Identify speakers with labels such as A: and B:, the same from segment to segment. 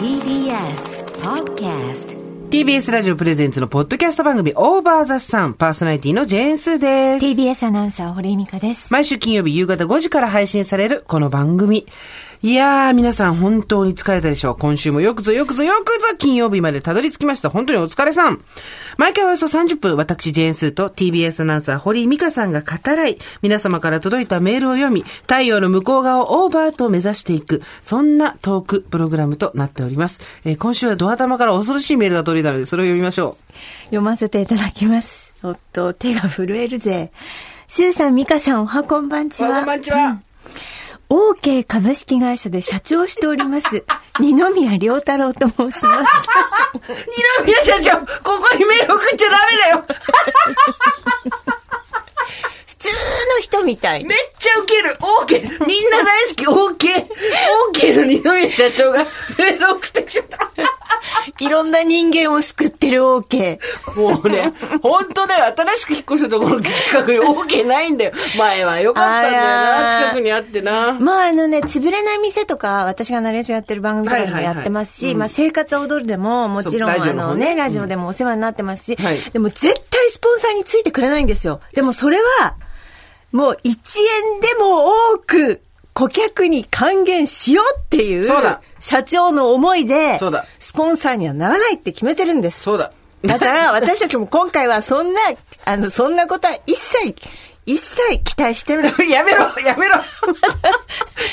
A: TBS Podcast
B: TBS ラジオプレゼンツのポッドキャスト番組オーバーザさんパーソナリティのジェーンスーです。
C: TBS アナウンサー、堀井美香です。
B: 毎週金曜日夕方5時から配信されるこの番組。いやー、皆さん本当に疲れたでしょう。今週もよくぞよくぞよくぞ金曜日までたどり着きました。本当にお疲れさん。毎回およそ30分、私ジェーンスーと TBS アナウンサー堀井美香さんが語らい、皆様から届いたメールを読み、太陽の向こう側をオーバーと目指していく、そんなトークプログラムとなっております。えー今週はドア玉から恐ろしいメールが届いたので、それを読みましょう。
C: 読ませていただきます。おっと、手が震えるぜ。スーさん、美香さん、おはこんばんちは。
B: こんにちは。
C: OK 株式会社で社長をしており ます。二宮良太郎と申します。
B: 二宮社長、ここにメール送っちゃダメだよ。
C: 普通の人みたい。
B: めっちゃウケるオーケーみんな大好きオーケーオーケーの二宮社長がメール送ってきちゃった。
C: いろんな人間を救ってる OK。
B: もうね、本当だよ。新しく引っ越したところの近くにオーケーないんだよ。前は良かったんだよ
C: あ
B: な。
C: ら
B: 近くにあってな。
C: まああのね、潰れない店とか、私がナレーションやってる番組とかでも
B: はいはいはい
C: やってますし、まあ生活は踊るでも、もちろん
B: そうラ
C: あ
B: ジオの方
C: の
B: ね
C: ね、ラジオでもお世話になってますし
B: はい、
C: でも絶対スポンサーについてくれないんですよ。でもそれは、もう1円でも多く顧客に還元しようっていう
B: そうだ、
C: 社長の思いで
B: そうだ、
C: スポンサーにはならないって決めてるんです。
B: そうだ。
C: だから私たちも今回はそんな、あの、そんなことは一切、一切期待してない。
B: やめろやめろっ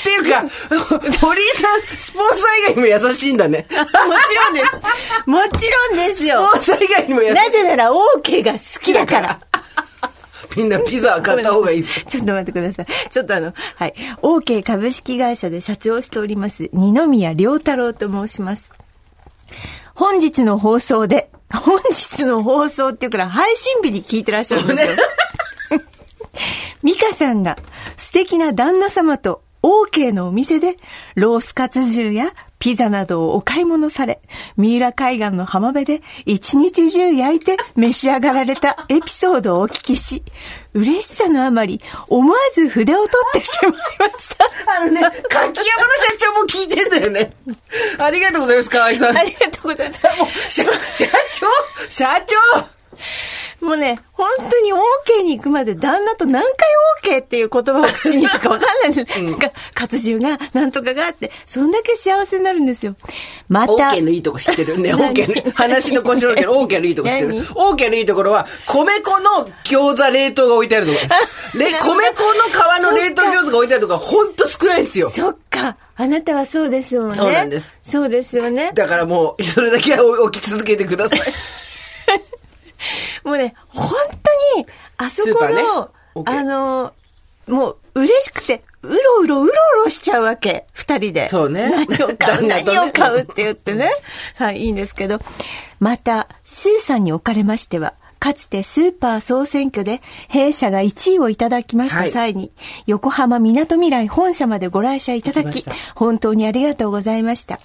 B: ていうか、 堀井さん、スポンサー以外にも優しいんだね。ス
C: もちろん です。もちろんですよ
B: ポ。ンサー以外にも優しい。
C: なぜなら OK が好きだから。
B: みんなピザは買った方がいいぞ。
C: ちょっと待ってください。ちょっとあの、はい。OK 株式会社で社長をしております、二宮良太郎と申します。本日の放送で、本日の放送っていうから配信日に聞いてらっしゃるんですよ。美香さんが素敵な旦那様と OK のお店でロースカツ重やピザなどをお買い物され、三浦海岸の浜辺で一日中焼いて召し上がられたエピソードをお聞きし、嬉しさのあまり思わず筆を取ってしまいました。
B: あのね、柿山の社長も聞いてんだよね。ありがとうございます、河合さん。
C: ありがとうございます。
B: もう社社長社長
C: もうね、本当に OK に行くまで旦那と何回 OK っていう言葉を口にしたかわかんないんです。なんか、活汁が、なんとかがあって、そんだけ幸せになるんですよ。ま
B: オー
C: た
B: ケー、のいいとこ知ってるね。オ
C: 何
B: ーケーの、話の根性だけど、オーケーのいいとこ知ってる
C: 何。
B: オーケーのいいところは、米粉の餃子冷凍が置いてあると こです。れ米
C: なる
B: 粉
C: ほ
B: の
C: ど
B: 皮の冷凍餃子が置いてあるとこは、ほんと少ないです よ。
C: そっか、あなたはそうですよね。
B: そうなんです。
C: そうですよね。
B: だからもう、それだけは置き続けてください。
C: もうね、本当に、あそこ
B: ス
C: の、
B: ーパーね OK
C: あの、もう嬉しくて、うろうろうろうろしちゃうわけ、二人で。
B: そうね
C: 何を買う、
B: 旦那とね
C: 何を買うって言って ね。はい、いいんですけど。また、スーさんにおかれましては、かつてスーパー総選挙で弊社が1位をいただきました際に、横浜みなとみらい本社までご来社いただ
B: 行き
C: き
B: まし、
C: 本当にありがとうございました。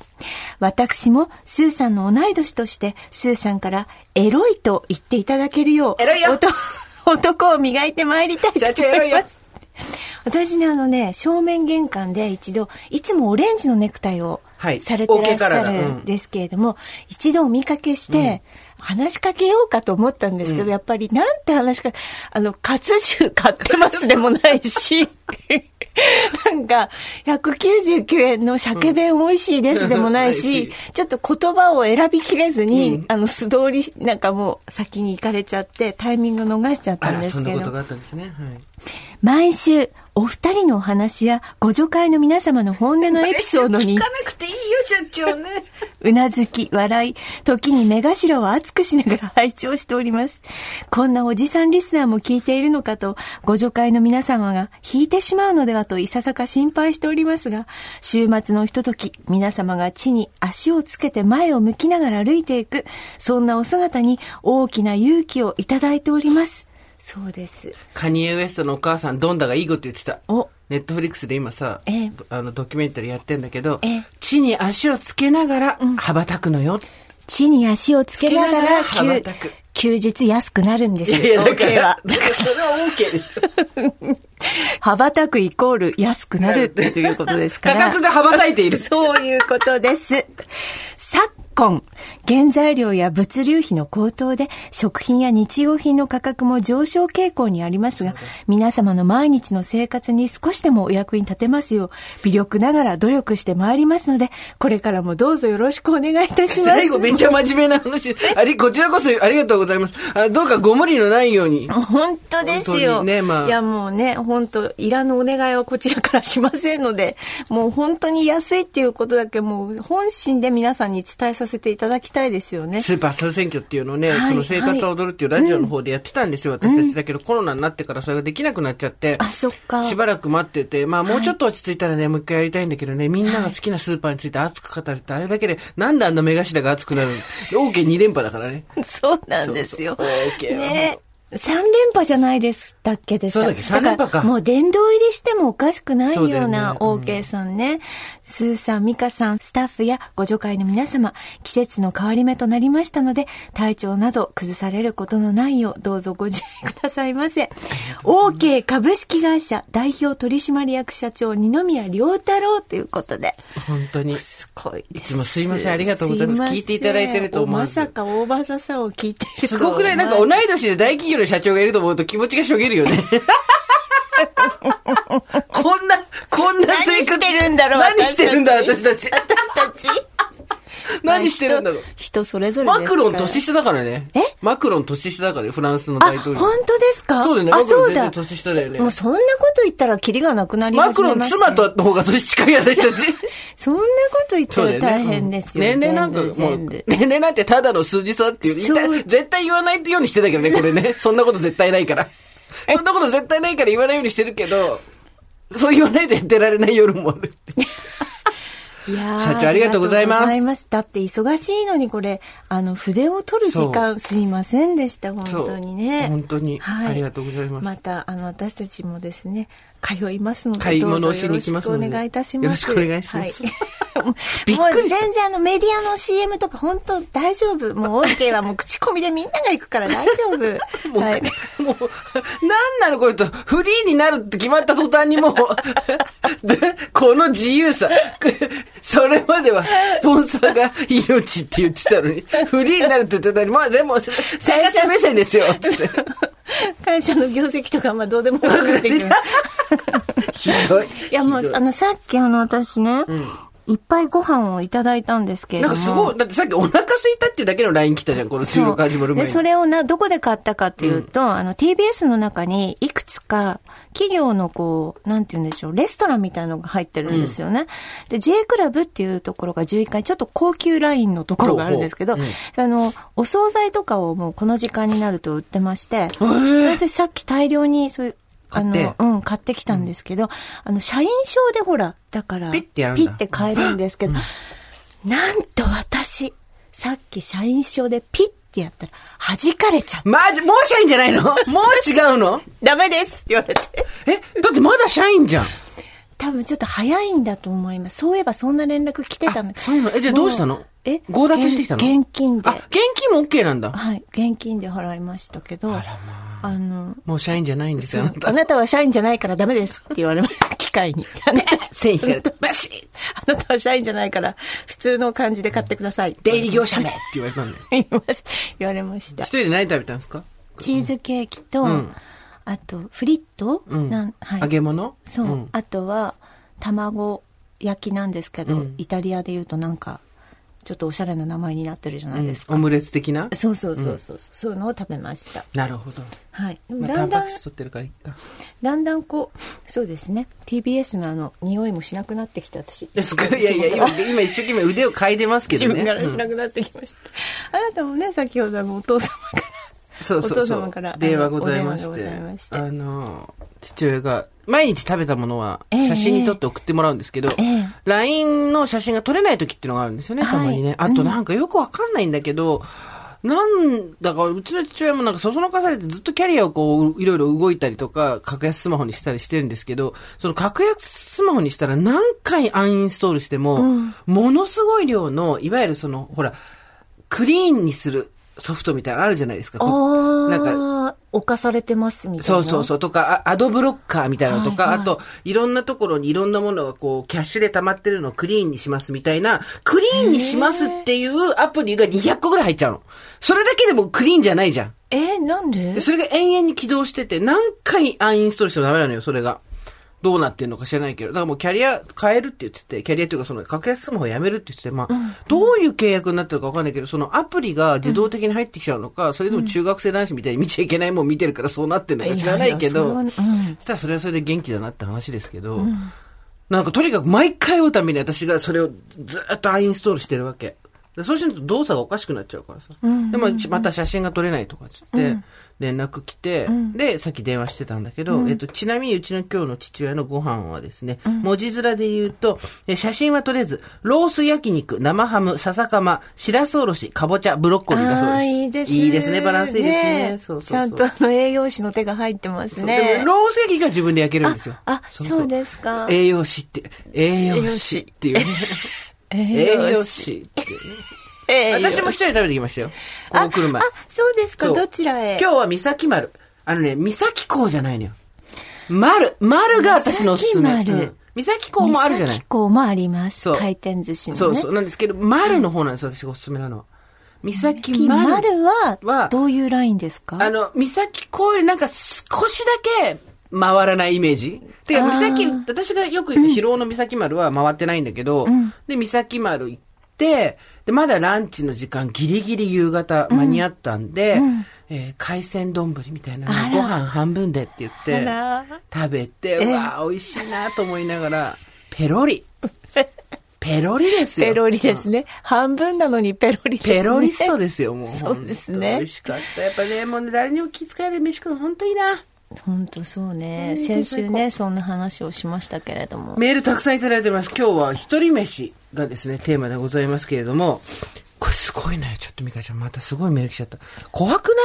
C: 私もスーさんの同い年として、スーさんからエロいと言っていただけるよう、
B: エロいよ
C: おと 男を磨いてまいりたいと
B: 社長エロ
C: 思
B: い
C: い
B: よ
C: ます。私ね、あのね、正面玄関で一度、いつもオレンジのネクタイを
B: はい
C: されてらっし
B: OK カラ
C: ゃ
B: ーだ
C: る
B: うん
C: んですけれども、一度お見かけして、話しかけようかと思ったんですけど、やっぱりなんて話しか、あの、活中買ってますでもない し、なんか、199円の鮭弁美味しいですでもない
B: うん美
C: し
B: 味、
C: ちょっと言葉を選びきれずに、あの、素通り、なんかもう先に行かれちゃって、タイミング逃しちゃった
B: あ
C: ん
B: ら、
C: で
B: そ
C: す
B: んな
C: け
B: こと
C: ど
B: が。あったんですね。はい
C: 毎週、お二人のお話や、ご助会の皆様の本音のエピソードに
B: 聞、かなくていいよ、社長ね。
C: うなずき、笑い、時に目頭を熱くしながら拝聴しております。こんなおじさんリスナーも聞いているのかと、ご助会の皆様が引いてしまうのではといささか心配しておりますが、週末のひととき、皆様が地に足をつけて前を向きながら歩いていく、そんなお姿に大きな勇気をいただいております。そうです。
B: カニエ・ウエストのお母さん、ドンダがいいこと言ってた。
C: お、
B: ネットフリックスで今さ、
C: ええ
B: あのドキュメンタリーやってんだけど
C: ええ、
B: 地に足をつけながら羽ばたくのよ。
C: 地に足をつけながら
B: つけながら羽ばたく
C: 休休日安くなるんですよ。
B: だから
C: OK は。
B: だからそれは OK でしょ。
C: 羽ばたくイコール安くなるということですか
B: 価
C: ら。
B: 格が羽ばたい ている。
C: そういうことです。 昨今、原材料や物流費の高騰で、食品や日用品の価格も上昇傾向にありますが、皆様の毎日の生活に少しでもお役に立てますよう、微力ながら努力してまいりますので、これからもどうぞよろしくお願いいたします。
B: 最後めっちゃ真面目な話。あれ、こちらこそありがとうございます。あどうかご無理のないよう に。
C: 本当です
B: 本当
C: よ。
B: にねまあ
C: いやもうね、本当いらぬお願いはこちらからしませんので、もう本当に安いっていうことだけもう本心で皆さんに伝えさせていただきたいですよね。
B: スーパー総選挙っていうのをね、
C: はい
B: その生活は踊るっていうラジオの方でやってたんですよ、私たち。だけど、コロナになってからそれができなくなっちゃって。
C: あそっか
B: しばらく待ってて、まあもうちょっと落ち着いたらね、もう一回やりたいんだけどね、みんなが好きなスーパーについて熱く語るって、あれだけで、なんであんな目頭が熱くなるの ?OK2 連覇だから ね。
C: そうなんですよ。
B: そうそう OK
C: ね。3連覇じゃないですだっけです
B: そうだっけ三連覇か
C: だらもう殿堂入りしてもおかしくないよ
B: そうだよ
C: う
B: ね
C: な OK さんね。スーさん、ミカさん、スタッフやご助会の皆様、季節の変わり目となりましたので、体調など崩されることのないよう、どうぞご自愛くださいませ。OK 株式会社代表取締役社長、二宮良太郎ということで。
B: 本当に。
C: すごいです。
B: いつもすいませんありがとうございます
C: せん
B: 聞いていただいてると思わ
C: ま
B: ず
C: さか大場さんを聞いてると
B: す
C: は思
B: ご
C: わ
B: くないなんか同い年で大企業の社長がいると思うと気持ちがしょげる よね。こんな、こんな
C: 何
B: 生活。
C: してるんだろう
B: 何してるんだ、
C: 私
B: 私たち。
C: 私たち
B: 何してるんだろう
C: まあ人人それぞれです
B: マ
C: から
B: クロン年下だからね。
C: え
B: マクロン年下だからね、フランスの
C: あ、
B: 大統
C: 本
B: 領。
C: 当ですか
B: そうだよね
C: あ、
B: マクロン
C: そうだ。
B: 全然年下だよね
C: もうそんなこと言ったらキリがなくなりま
B: マ
C: す
B: クロン妻。との方が年近い私たち。
C: そんなこと言った
B: そうだ
C: ら
B: よ
C: 大
B: ね。
C: 変ですよ。
B: うん年齢なん
C: 全部
B: かも
C: 全
B: う
C: 部、
B: 年齢なんてただの数字さっていう。言いたい
C: そう
B: 絶対言わないようにしてたけど ね、これね。そんなこと絶対ないから。そんなこと絶対ないから言わないようにしてるけど、そう言わないで出られない夜もある。
C: いやー
B: 社長ありがとうございます
C: ありがとうござだって忙しいのにこれ、あの、筆を取る時間すいませんでした、本当にね。
B: そう本当にありがとうございます
C: また、あの、私たちもですね、通いますので、
B: 買い物
C: ど
B: を
C: う
B: し
C: ぞ
B: に行きますので
C: よろしくお願いいたします。
B: よろしくお願いし ます
C: はい
B: びっ
C: もう
B: くりした
C: 全然あのメディアの CM とか本当大丈夫。もう OK はもう口コミでみんなが行くから大丈
B: も
C: 夫。
B: う、
C: はい。
B: もう、なんなのこれと、フリーになるって決まった途端にもう、 でこの自由さ。それまでは、スポンサーが命って言ってたのに、フリーになるって言ってたのに、まあでも、生活者目線ですよ、つって。
C: 会社の業績とかあんまどうでもよくなってきます。
B: ひどい。
C: いやもう、あの、さっきあの、私ね、いっぱいご飯をいただいたんですけれ
B: な
C: ど
B: ん
C: も。
B: かすごい、だってさっきお腹空いたっていうだけの LINE 来たじゃん、この収録始まる前
C: で、
B: に。
C: それをな、どこで買ったかっていうと、あの、TBS の中に、いくつか、企業のこう、なんて言うんでしょう、レストランみたいのが入ってるんですよね。で、J クラブっていうところが11階、ちょっと高級ラインのところがあるんですけど、
B: ほうほう
C: あの、お惣菜とかをもうこの時間になると売ってまして、
B: ー
C: でさっき大量に、そういう、あ
B: 買って
C: の、うん、買ってきたんですけど、あの、社員証でほら、だから、
B: ピッてやるんだ
C: ピッて買えるんですけど、なんと私、さっき社員証でピッてやったら、弾かれちゃった。
B: マジ、もう社員じゃないのもう違うの
C: ダメですって言われて。
B: え、だってまだ社員じゃん。
C: 多分ちょっと早いんだと思います。そういえばそんな連絡来てたん
B: あそうなのえ、じゃあどうしたの
C: え
B: 強奪してきたの
C: 現現金で
B: あ、。現金も OK なんだ。
C: はい。現金で払いましたけど。あの、
B: もう社員じゃないんですよ。あなた
C: あなたは社員じゃないからダメですって言われ ました。機械に。あなた
B: 線引かれた。バシッ
C: あなたは社員じゃないから、普通の感じで買ってください。
B: 出入り業者名って言われたんだよ。
C: 言います言われました
B: 一。人で何食べたんですか
C: チーズケーキと、
B: ん
C: あと、フリット、
B: うん。
C: なんはい、
B: 揚げ物
C: そう、
B: ん
C: あとは、卵焼きなんですけど、
B: うん
C: イタリアで言うとなんか、ちょっとおしゃれな名前になってるじゃないですか。
B: オムレツ的な
C: そうそうそうそう、そういうのを食べました。
B: なるほど。
C: はい。でも
B: まあ、
C: だ
B: タ
C: ん
B: ン
C: だ
B: パ
C: ん
B: ク、質取ってるからいいか。
C: だんだんこう、そうですね。TBS のあの、匂いもしなくなってきた私。
B: ですかいやいや、今、今一生懸命腕を嗅いでますけ
C: 自
B: どね。
C: 分か
B: う
C: ら
B: ん
C: しなくなってきました。あなたもね、先ほどあのお父様から。
B: そうそう
C: お
B: そ
C: 父様
B: う
C: から。
B: 電話ございまし
C: お
B: て
C: 電話がございまし。て
B: あの、父親が、毎日食べたものは
C: ええ
B: 写真に撮って送ってもらうんですけど
C: ええ、
B: LINE の写真が撮れない時っていうのがあるんですよね、
C: はい
B: たまにね。あとなんかよくわかんないんだけど、なんだか、うちの父親もなんかそそのかされてずっとキャリアをこう、いろいろ動いたりとか、格安スマホにしたりしてるんですけど、その格安スマホにしたら何回アンインストールしても、ものすごい量の、いわゆるその、ほら、クリーンにするソフトみたいなのあるじゃないですか。こう
C: あー
B: なんか、
C: 侵されてますみたい
B: そ
C: な。
B: うそう
C: う。
B: そう。とか、あアドブロッカーみたいなのとか、
C: はいはい
B: あと、いろんなところにいろんなものがこう、キャッシュで溜まってるのをクリーンにしますみたいな、クリーンにしますっていうアプリが200個ぐらい入っちゃうの。それだけでもクリーンじゃないじゃん。
C: えーなんで
B: で、それが延々に起動してて、何回アンインストールしてもダメなのよ、それが。どうなってんのか知らないけど。だからもうキャリア変えるって言ってて、キャリアというかその格安スマホやめるって言ってて、まあ、どういう契約になってるかわかんないけど、そのアプリが自動的に入ってきちゃうのか、それとも中学生男子みたいに見ちゃいけないもん見てるからそうなってんのか知らないけど、
C: いやいやそれはうん
B: そしたらそれはそれで元気だなって話ですけど、なんかとにかく毎回会うたびに私がそれをずーっとアンインストールしてるわけ。でそうしないと動作がおかしくなっちゃうからさ。でまあまた写真が撮れないとかっつって、連絡来て、で、さっき電話してたんだけど、えっと、ちなみにうちの今日の父親のご飯はですね、文字面で言うと、え写真は撮れず、ロース焼肉、生ハム、笹かま、しらすおろし、かぼちゃ、ブロッコリーだそうです。
C: あーいいです
B: いいですね、バランスいいですね。
C: え
B: そうそうそう
C: ちゃんとあの栄養士の手が入ってます
B: で
C: ね
B: も。ロース焼きが自分で焼けるんですよ。
C: ああそうですか
B: 栄養士って、栄養士っていうね。栄養士っていうね。
C: え
B: 私も一人で食べてきましたよ。この車。
C: あ、そうですか、
B: そう
C: どちらへ。
B: 今日は三崎丸。あのね、三崎港じゃないのよ。丸。丸が私のおすすめ。
C: 三崎丸
B: うん三崎港もあるじゃな
C: 三
B: い
C: 崎。港もあります
B: そう。
C: 回転寿司のね。
B: そうそう。なんですけど、丸の方なんです、私がおすすめなのは。三崎
C: 金
B: 丸。
C: 丸
B: は
C: は、どういうラインですか
B: あの、三崎公園なんか少しだけ回らないイメージ。てか、
C: あー
B: 三崎、私がよく言う広尾の三崎丸は回ってないんだけど、で、三崎丸行って、で、まだランチの時間ギリギリ夕方間に合ったんで、えー海鮮丼みたいな
C: あら
B: のご飯半分でって言って
C: あら、
B: 食べて、うわー美味しいなと思いながら、ペロ リ。ペロリですよ。
C: ペロリですね。半分なのにペロリですね。
B: ペロリストですよ、もう。
C: そうですね
B: 本当美味しかった。やっぱね、もうね、誰にも気遣えない飯食うの本当いいな。
C: 本当そうね。先週ね、そんな話をしましたけれども。
B: メールたくさんいただいてます。今日は一人飯がですね、テーマでございますけれども、これすごいなよ。ちょっとミカちゃん、またすごいメール来ちゃった。怖くない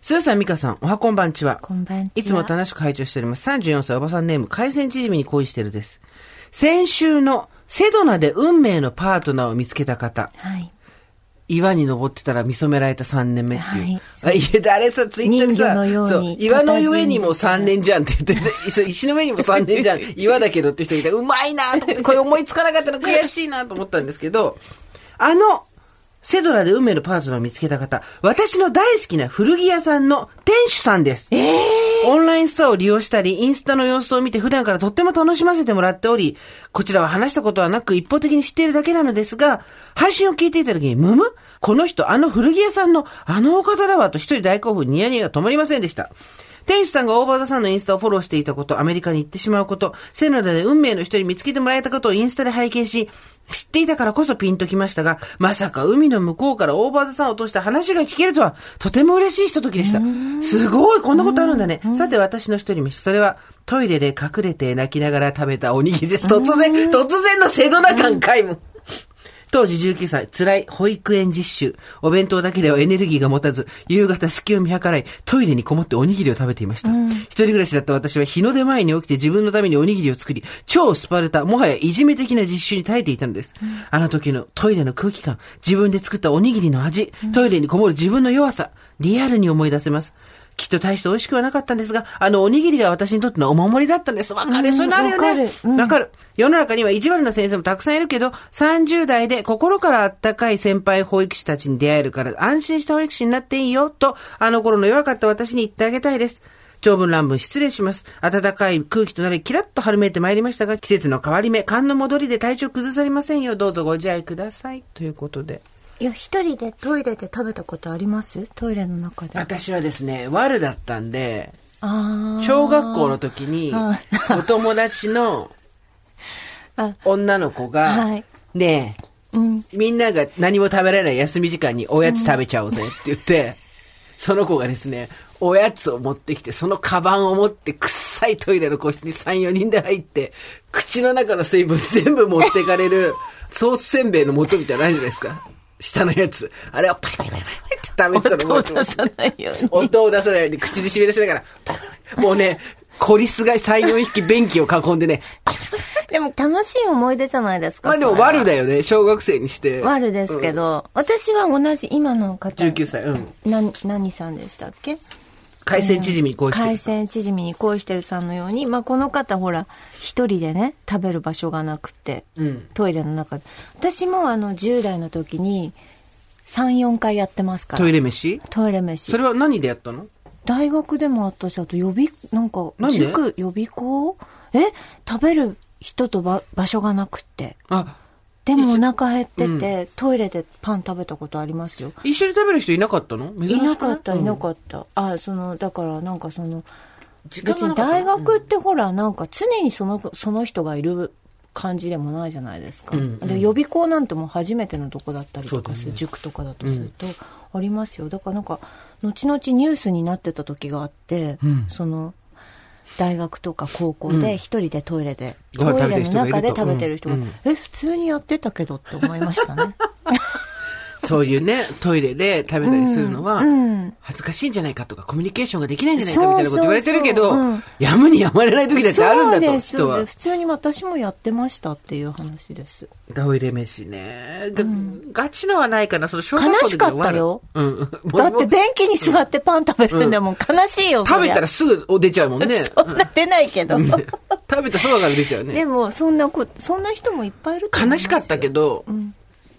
B: スーさん、ミカさん、おはこんばんちは。
C: こんばんちはい
B: つも楽しく拝聴しております。34歳、おばさんネーム、海鮮縮みに恋してるです。先週のセドナで運命のパートナーを見つけた方。
C: はい。
B: 岩に登ってたら見初められた3年目っていう。
C: はい
B: い、や、誰さ、ツイッターで
C: 人魚
B: さ、
C: のように
B: そう、岩の上にも3年じゃんって言って て、そう石の上にも3年じゃん、岩だけどって人いたら、うまいなと思 って、これ思いつかなかったの悔しいなと思ったんですけど、あの、セドラで運命のパートナーを見つけた方、私の大好きな古着屋さんの店主さんです。オンラインストアを利用したり、インスタの様子を見て普段からとっても楽しませてもらっており、こちらは話したことはなく一方的に知っているだけなのですが、配信を聞いていた時に、むむこの人、あの古着屋さんのあのお方だわと一人大興奮、ニヤニヤが止まりませんでした。店主さんがオーバーザさんのインスタをフォローしていたこと、アメリカに行ってしまうこと、セノダで運命の人に見つけてもらえたことをインスタで拝見し、知っていたからこそピンときましたが、まさか海の向こうからオーバーザさんを通して話が聞けるとは、とても嬉しいひとときでした。すごいこんなことあるんだね。さて私の一人飯、それはトイレで隠れて泣きながら食べたおにぎりです。突然、突然のセドナ感皆無。当時19歳、辛い保育園実習。お弁当だけではエネルギーが持たず、夕方隙を見計らい、トイレにこもっておにぎりを食べていました。一人暮らしだった私は日の出前に起きて自分のためにおにぎりを作り、超スパルタ、もはやいじめ的な実習に耐えていたのです。あの時のトイレの空気感、自分で作ったおにぎりの味、トイレにこもる自分の弱さ、リアルに思い出せます。きっと大して美味しくはなかったんですが、あのおにぎりが私にとってのお守りだったんです。わかる、
C: うん
B: それなるよね。
C: わかるうん
B: わかる。世の中には意地悪な先生もたくさんいるけど、30代で心からあったかい先輩保育士たちに出会えるから安心した保育士になっていいよと、あの頃の弱かった私に言ってあげたいです。長文乱文失礼します。暖かい空気となり、キラッと春めいてまいりましたが、季節の変わり目、寒の戻りで体調崩されませんよう、どうぞご自愛ください。ということで。
C: いや、一人でトイレで食べたことありますトイレの中で。
B: 私はですね、悪だったんで、
C: あー
B: 小学校の時に
C: あ、
B: お友達の
C: あ
B: 女の子
C: は
B: が
C: い、
B: ねえ、
C: うん。
B: みんなが何も食べられない休み時間におやつ食べちゃおうぜって言って、 その子がですね、おやつを持ってきて、そのカバンを持って、くっさいトイレの個室に3、4人で入って、口の中の水分全部持ってか れる、ソースせんべいの素みたいなのあるじゃないですか。下のやつ。あれをパリパリパリパリパリって食べてたの
C: 音を出さないように。
B: 音を出さないように口で締め出しながら、もうね、コリスが3、4匹便器を囲んでね。
C: でも楽しい思い出じゃないですか。
B: まあでも
C: それは
B: 悪だよね。小学生にして。
C: 悪ですけど、私は同じ今の方。
B: 19歳。うん。
C: な、何さんでしたっけ
B: 海鮮縮みにこうして。
C: 海鮮チヂミに恋してるさんのように、まあ、この方ほら一人でね食べる場所がなくて、
B: うん
C: トイレの中で私もあの10代の時に34回やってますから
B: トイレ飯
C: トイレ飯
B: それは何でやったの
C: 大学でもあったしあと予備なんか
B: なんで
C: 塾予備校え食べる人とば場所がなくって
B: あ、
C: でもお腹減ってて、トイレでパン食べたことありますよ
B: 一緒に食べる人いなかったの珍し
C: い
B: く
C: なかったいな
B: っ
C: かった、あそのだからなんかその
B: 時間
C: 別
B: が
C: に
B: なかった
C: 大学ってほらなんか常にそのその人がいる感じでもないじゃないですか、
B: ん
C: で予備校なんてもう初めてのとこだったりと
B: そうだ
C: か
B: よ
C: する、塾とかだとするとありますよだからなんか後々ニュースになってた時があって、その大学とか高校で一人でトイレで、
B: ご飯
C: トイ
B: 食べて
C: レ
B: る
C: の
B: 人が
C: 中
B: いると
C: で食べてる人が、
B: うんうん
C: え普通にやってたけどって思いましたね
B: た。そういうね、トイレで 食べたりするのは、
C: うん
B: 恥ずかしいんじゃないかとか、コミュニケーションができないんじゃないかみたいな
C: そう
B: こと
C: そう
B: 言われてるけど、
C: そううん
B: やむにやまれない時だってあるん
C: そ
B: だ
C: う
B: と、
C: です
B: 人
C: そう
B: は
C: です。普通に私もやってましたっていう話です
B: トイレ飯ね。が、ガチなはないかな、その小学校の時
C: 悲しかったよ
B: 終わる。うん。
C: だって便器に座ってパン食べるんだもん、悲しいよそ
B: 食
C: り
B: べ
C: ゃ
B: たらすぐお出ちゃうもん ね。
C: そんな出ないけど、
B: 食べたそばから出ちゃうね
C: で。もそんなこそんな人もいっぱいいると思いま
B: 悲
C: す
B: し
C: よ
B: かったけど、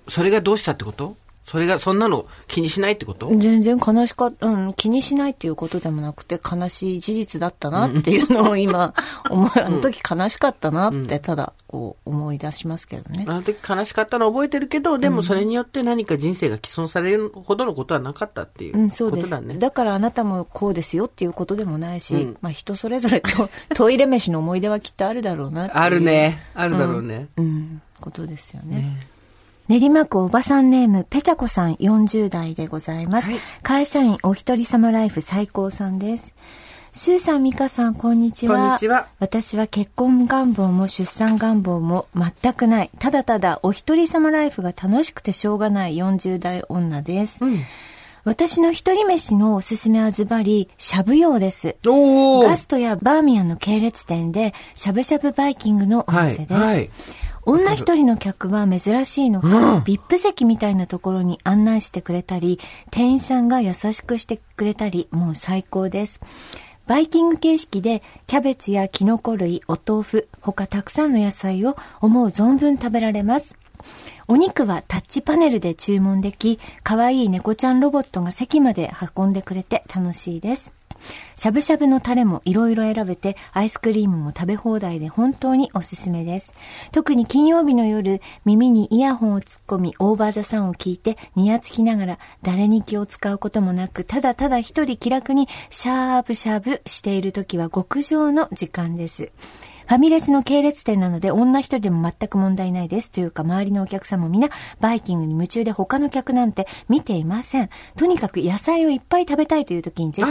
B: それがどうしたってことそれが、そんなの気にしないってこと、
C: 全然悲しかった、うん、気にしないっていうことでもなくて悲しい事実だったなっていうのを今思うあの時悲しかったなってただこう思い出しますけどね、
B: あの時悲しかったの覚えてるけど、でもそれによって何か人生が毀損されるほどのことはなかったってい
C: う
B: うこ
C: ん、そうで
B: と
C: すだ,、
B: だね。
C: からあなたもこうですよっていうことでもないし、
B: うん
C: まあ人それぞれ とトイレ飯の思い出はきっとあるだろうなっていう
B: あるね。あるだろうね。
C: うん、ことですよね。練馬区おばさんネーム、ペチャコさん40代でございます。
B: はい
C: 会社員お一人様ライフ最高さんです。スーさん、ミカさん、こんにちは。
B: こんにちは
C: 私は結婚願望も出産願望も全くない。ただただお一人様ライフが楽しくてしょうがない40代女です。私の一人飯のおすすめはズバリ、しゃぶ用です。
B: おお
C: ガストやバーミヤンの系列店で、しゃぶしゃぶバイキングのお店です。
B: はいはい
C: 女一人の客は珍しいのか、ビップ席みたいなところに案内してくれたり、店員さんが優しくしてくれたり、もう最高です。バイキング形式で、キャベツやキノコ類、お豆腐、他たくさんの野菜を思う存分食べられます。お肉はタッチパネルで注文でき、可愛い猫ちゃんロボットが席まで運んでくれて楽しいです。しゃぶしゃぶのタレもいろいろ選べて、アイスクリームも食べ放題で本当におすすめです。特に金曜日の夜、耳にイヤホンを突っ込み、オーバーザさんを聞いて、ニヤつきながら、誰に気を使うこともなく、ただただ一人気楽に、シャーブシャブしている時は極上の時間です。ファミレスの系列店なので女一人でも全く問題ないです。というか、周りのお客さんも皆、バイキングに夢中で他の客なんて見ていません。とにかく野菜をいっぱい食べたいという時にぜひ、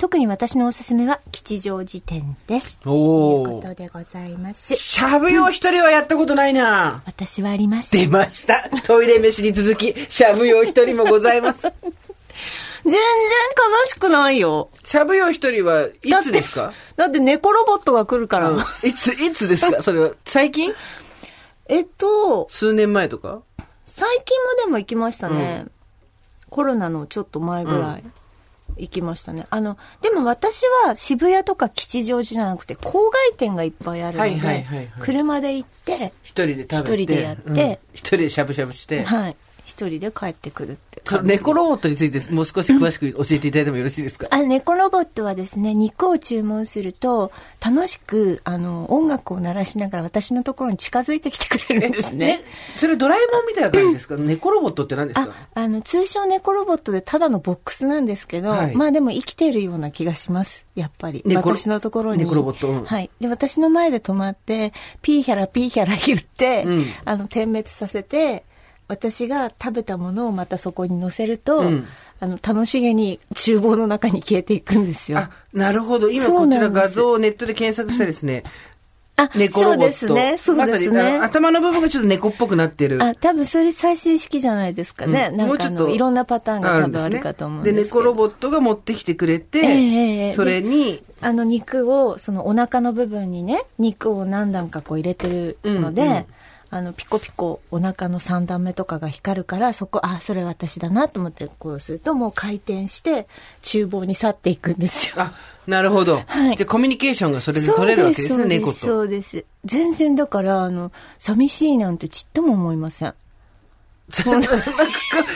C: 特に私のおすすめは吉祥寺店です。
B: お
C: というこ
B: お
C: とでございます。
B: しゃぶ用一人はやったことないな。
C: 私はあります。
B: 出ました。トイレ飯に続き、しゃぶ用一人もござ います。
C: 全然悲しくないよ。
B: しゃぶ用一人はいつですか
C: だって猫ロボットが来るから
B: うんいつ、いつですかそれは、最近
C: えっと、
B: 数年前とか
C: 最近もでも行きましたね、コロナのちょっと前ぐらい行きましたね、あのでも私は渋谷とか吉祥寺じゃなくて郊外店がいっぱいあるので、
B: はいはいはいはい
C: 車で行って
B: 一人で食べて。
C: 一人でやって
B: うん一人でしゃぶしゃぶして。
C: はい一人で帰ってくるって
B: そ
C: 感
B: の
C: じ
B: 猫ロボットについてもう少し詳しく教えていただいてもよろしいですか
C: あ猫ロボットはですね肉を注文すると楽しくあの音楽を鳴らしながら私のところに近づいてきてくれるんですね。
B: それドラえもんみたいな感じですか猫ロボットって何です
C: あ
B: か
C: あの通称猫ロボットでただのボックスなんですけど、
B: はい
C: まあでも生きているような気がしますやっぱり
B: 猫ロ
C: 私のところに
B: 猫ロボットうん
C: はい、で私の前で止まってピーヒャラピーヒャラ言って、
B: うん
C: あの点滅させて私が食べたものをまたそこに乗せると、
B: うん
C: あの楽しげに厨房の中に消えていくんですよ
B: あ、なるほど。今
C: そう
B: こ
C: な
B: ち
C: んです
B: ら画像をネットで検索したらですね、
C: あ
B: 猫
C: そ
B: ロボット。
C: うですねそうですね
B: まさにあの頭の部分がちょっと猫っぽくなってる。
C: あ、多分それ最新式じゃないですかね。
B: うん
C: なん
B: もう
C: か
B: ち
C: あ
B: ょっ
C: の、
B: と
C: いろんなパターンが多
B: ん
C: 分
B: です
C: あ
B: ね
C: るかと思うん
B: で
C: ですけど。
B: 猫ロボットが持ってきてくれて、
C: ええええ
B: それに、
C: あの肉をそのお腹の部分にね肉を何段かこう入れてるので、
B: うんうん
C: あのピコピコお腹の3段目とかが光るからそこあそれ私だなと思ってこうするともう回転して厨房に去っていくんですよ。
B: あ、なるほど。
C: はい
B: じゃあコミュニケーションがそれで
C: そう
B: 取れるわけ
C: す
B: ですね、猫と。
C: そうですそうです全然だからあの寂しいなんてちっとも思いません
B: なんか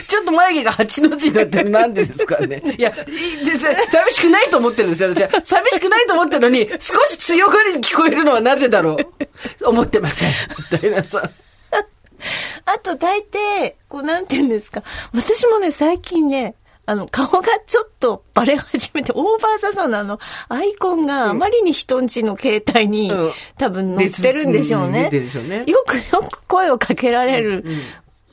B: ちょっと眉毛が八の字になってるなんでです かね。いや、い全然寂しくないと思ってるんですよ、私は。寂しくないと思ってるのに、少し強がりに聞こえるのはなぜだろう。思ってません。みたいなさ。
C: あと大抵こうなんて言うんですか私もね最近ねあの顔がちょっとバレ始めてオーバーザザのあのアイコンがあまりに人んちの携帯に、
B: うん
C: 多分載ってるんでしょう
B: うん
C: ね
B: 出てるでしょうね
C: よくよく声をかけられる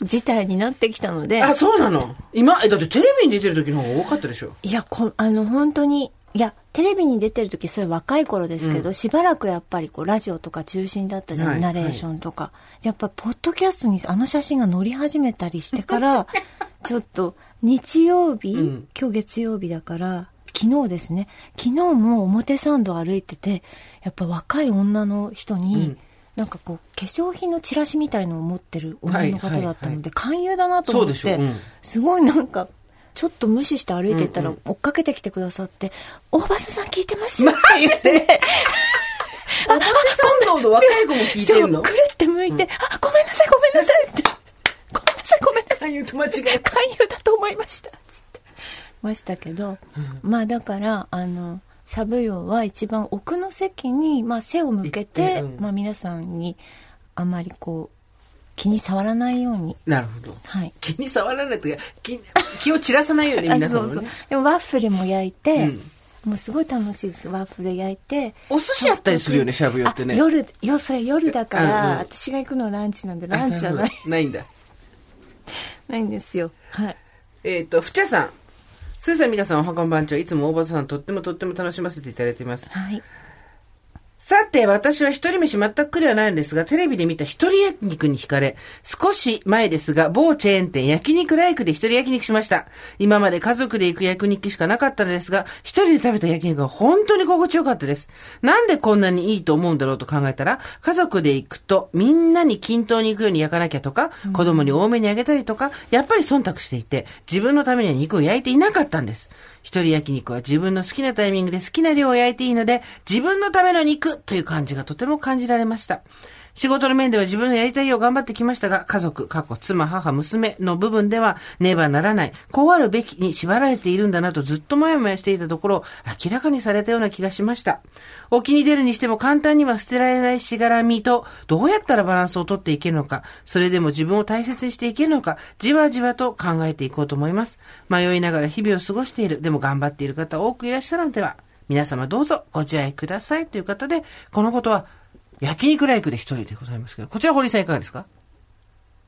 C: 事態になってきたので、
B: あ、そうなの今、えだってテレビに出てる時の方が多かったでしょ。
C: いやこあの本当にいやテレビに出てる時それ若い頃ですけど、しばらくやっぱりこうラジオとか中心だったじゃん、
B: はい
C: ナレーションとか、やっぱりポッドキャストにあの写真が載り始めたりしてから ちょっと日曜日、
B: うん
C: 今日月曜日だから昨日ですね昨日も表参道歩いててやっぱ若い女の人に、
B: うん
C: なんかこう化粧品のチラシみたいのを持ってる女の方だったので、
B: はいはいはい
C: 勧誘だなと思って
B: そうでしょうん
C: すごいなんかちょっと無視して歩いていったら追っかけてきてくださって「大場さん聞いてます?」 って言って
B: あ、今度の若い子も聞いて
C: そ
B: る
C: う
B: の
C: くるって向いて「あごめんなさいごめんなさい」って「ごめんなさいごめんなさい
B: 勧誘と間違えた。
C: 勧誘だと思いました」つってましたけど、まあだからあのしゃぶ葉は一番奥の席に、まあ、背を向けて、
B: うんうん
C: まあ、皆さんにあまりこう気に障らないように
B: なるほど。
C: はい
B: 気に触らないというか気気を散らさないように
C: あ
B: 皆さ
C: そ
B: ん
C: う
B: も
C: そう
B: ね。
C: でもワッフルも焼いて、
B: うん
C: もうすごい楽しいですワッフル焼いて
B: お寿司やったりするよね
C: ソフトクリーム
B: しゃぶ葉ってね
C: あ夜よそれ夜だから、
B: あうん
C: 私が行くのランチなんで
B: あ
C: ランチはない
B: ないんだ。
C: ないんですよはい
B: えっ、と、ふちゃさん。すーさん、皆さん、おはこんばんちは。いつも大場さん、とってもとっても楽しませていただいています。
C: はい
B: さて、私は一人飯全く苦ではないんですが、テレビで見た一人焼肉に惹かれ、少し前ですが、某チェーン店焼肉ライクで一人焼肉しました。今まで家族で行く焼肉しかなかったのですが、一人で食べた焼肉が本当に心地よかったです。なんでこんなにいいと思うんだろうと考えたら、家族で行くとみんなに均等に行くように焼かなきゃとか、子供に多めにあげたりとか、やっぱり忖度していて、自分のためには肉を焼いていなかったんです。一人焼肉は自分の好きなタイミングで好きな量を焼いていいので、自分のための肉という感じがとても感じられました。仕事の面では自分のやりたいよう頑張ってきましたが、家族、過去、妻、母、娘の部分では、ねばならない、こうあるべきに縛られているんだなとずっともやもやしていたところ、明らかにされたような気がしました。お気に出るにしても簡単には捨てられないしがらみと、どうやったらバランスをとっていけるのか、それでも自分を大切にしていけるのか、じわじわと考えていこうと思います。迷いながら日々を過ごしている、でも頑張っている方多くいらっしゃるのでは、皆様どうぞご自愛くださいという方で、このことは、焼肉ライクで一人でございますけど、こちら堀井さんいかがですか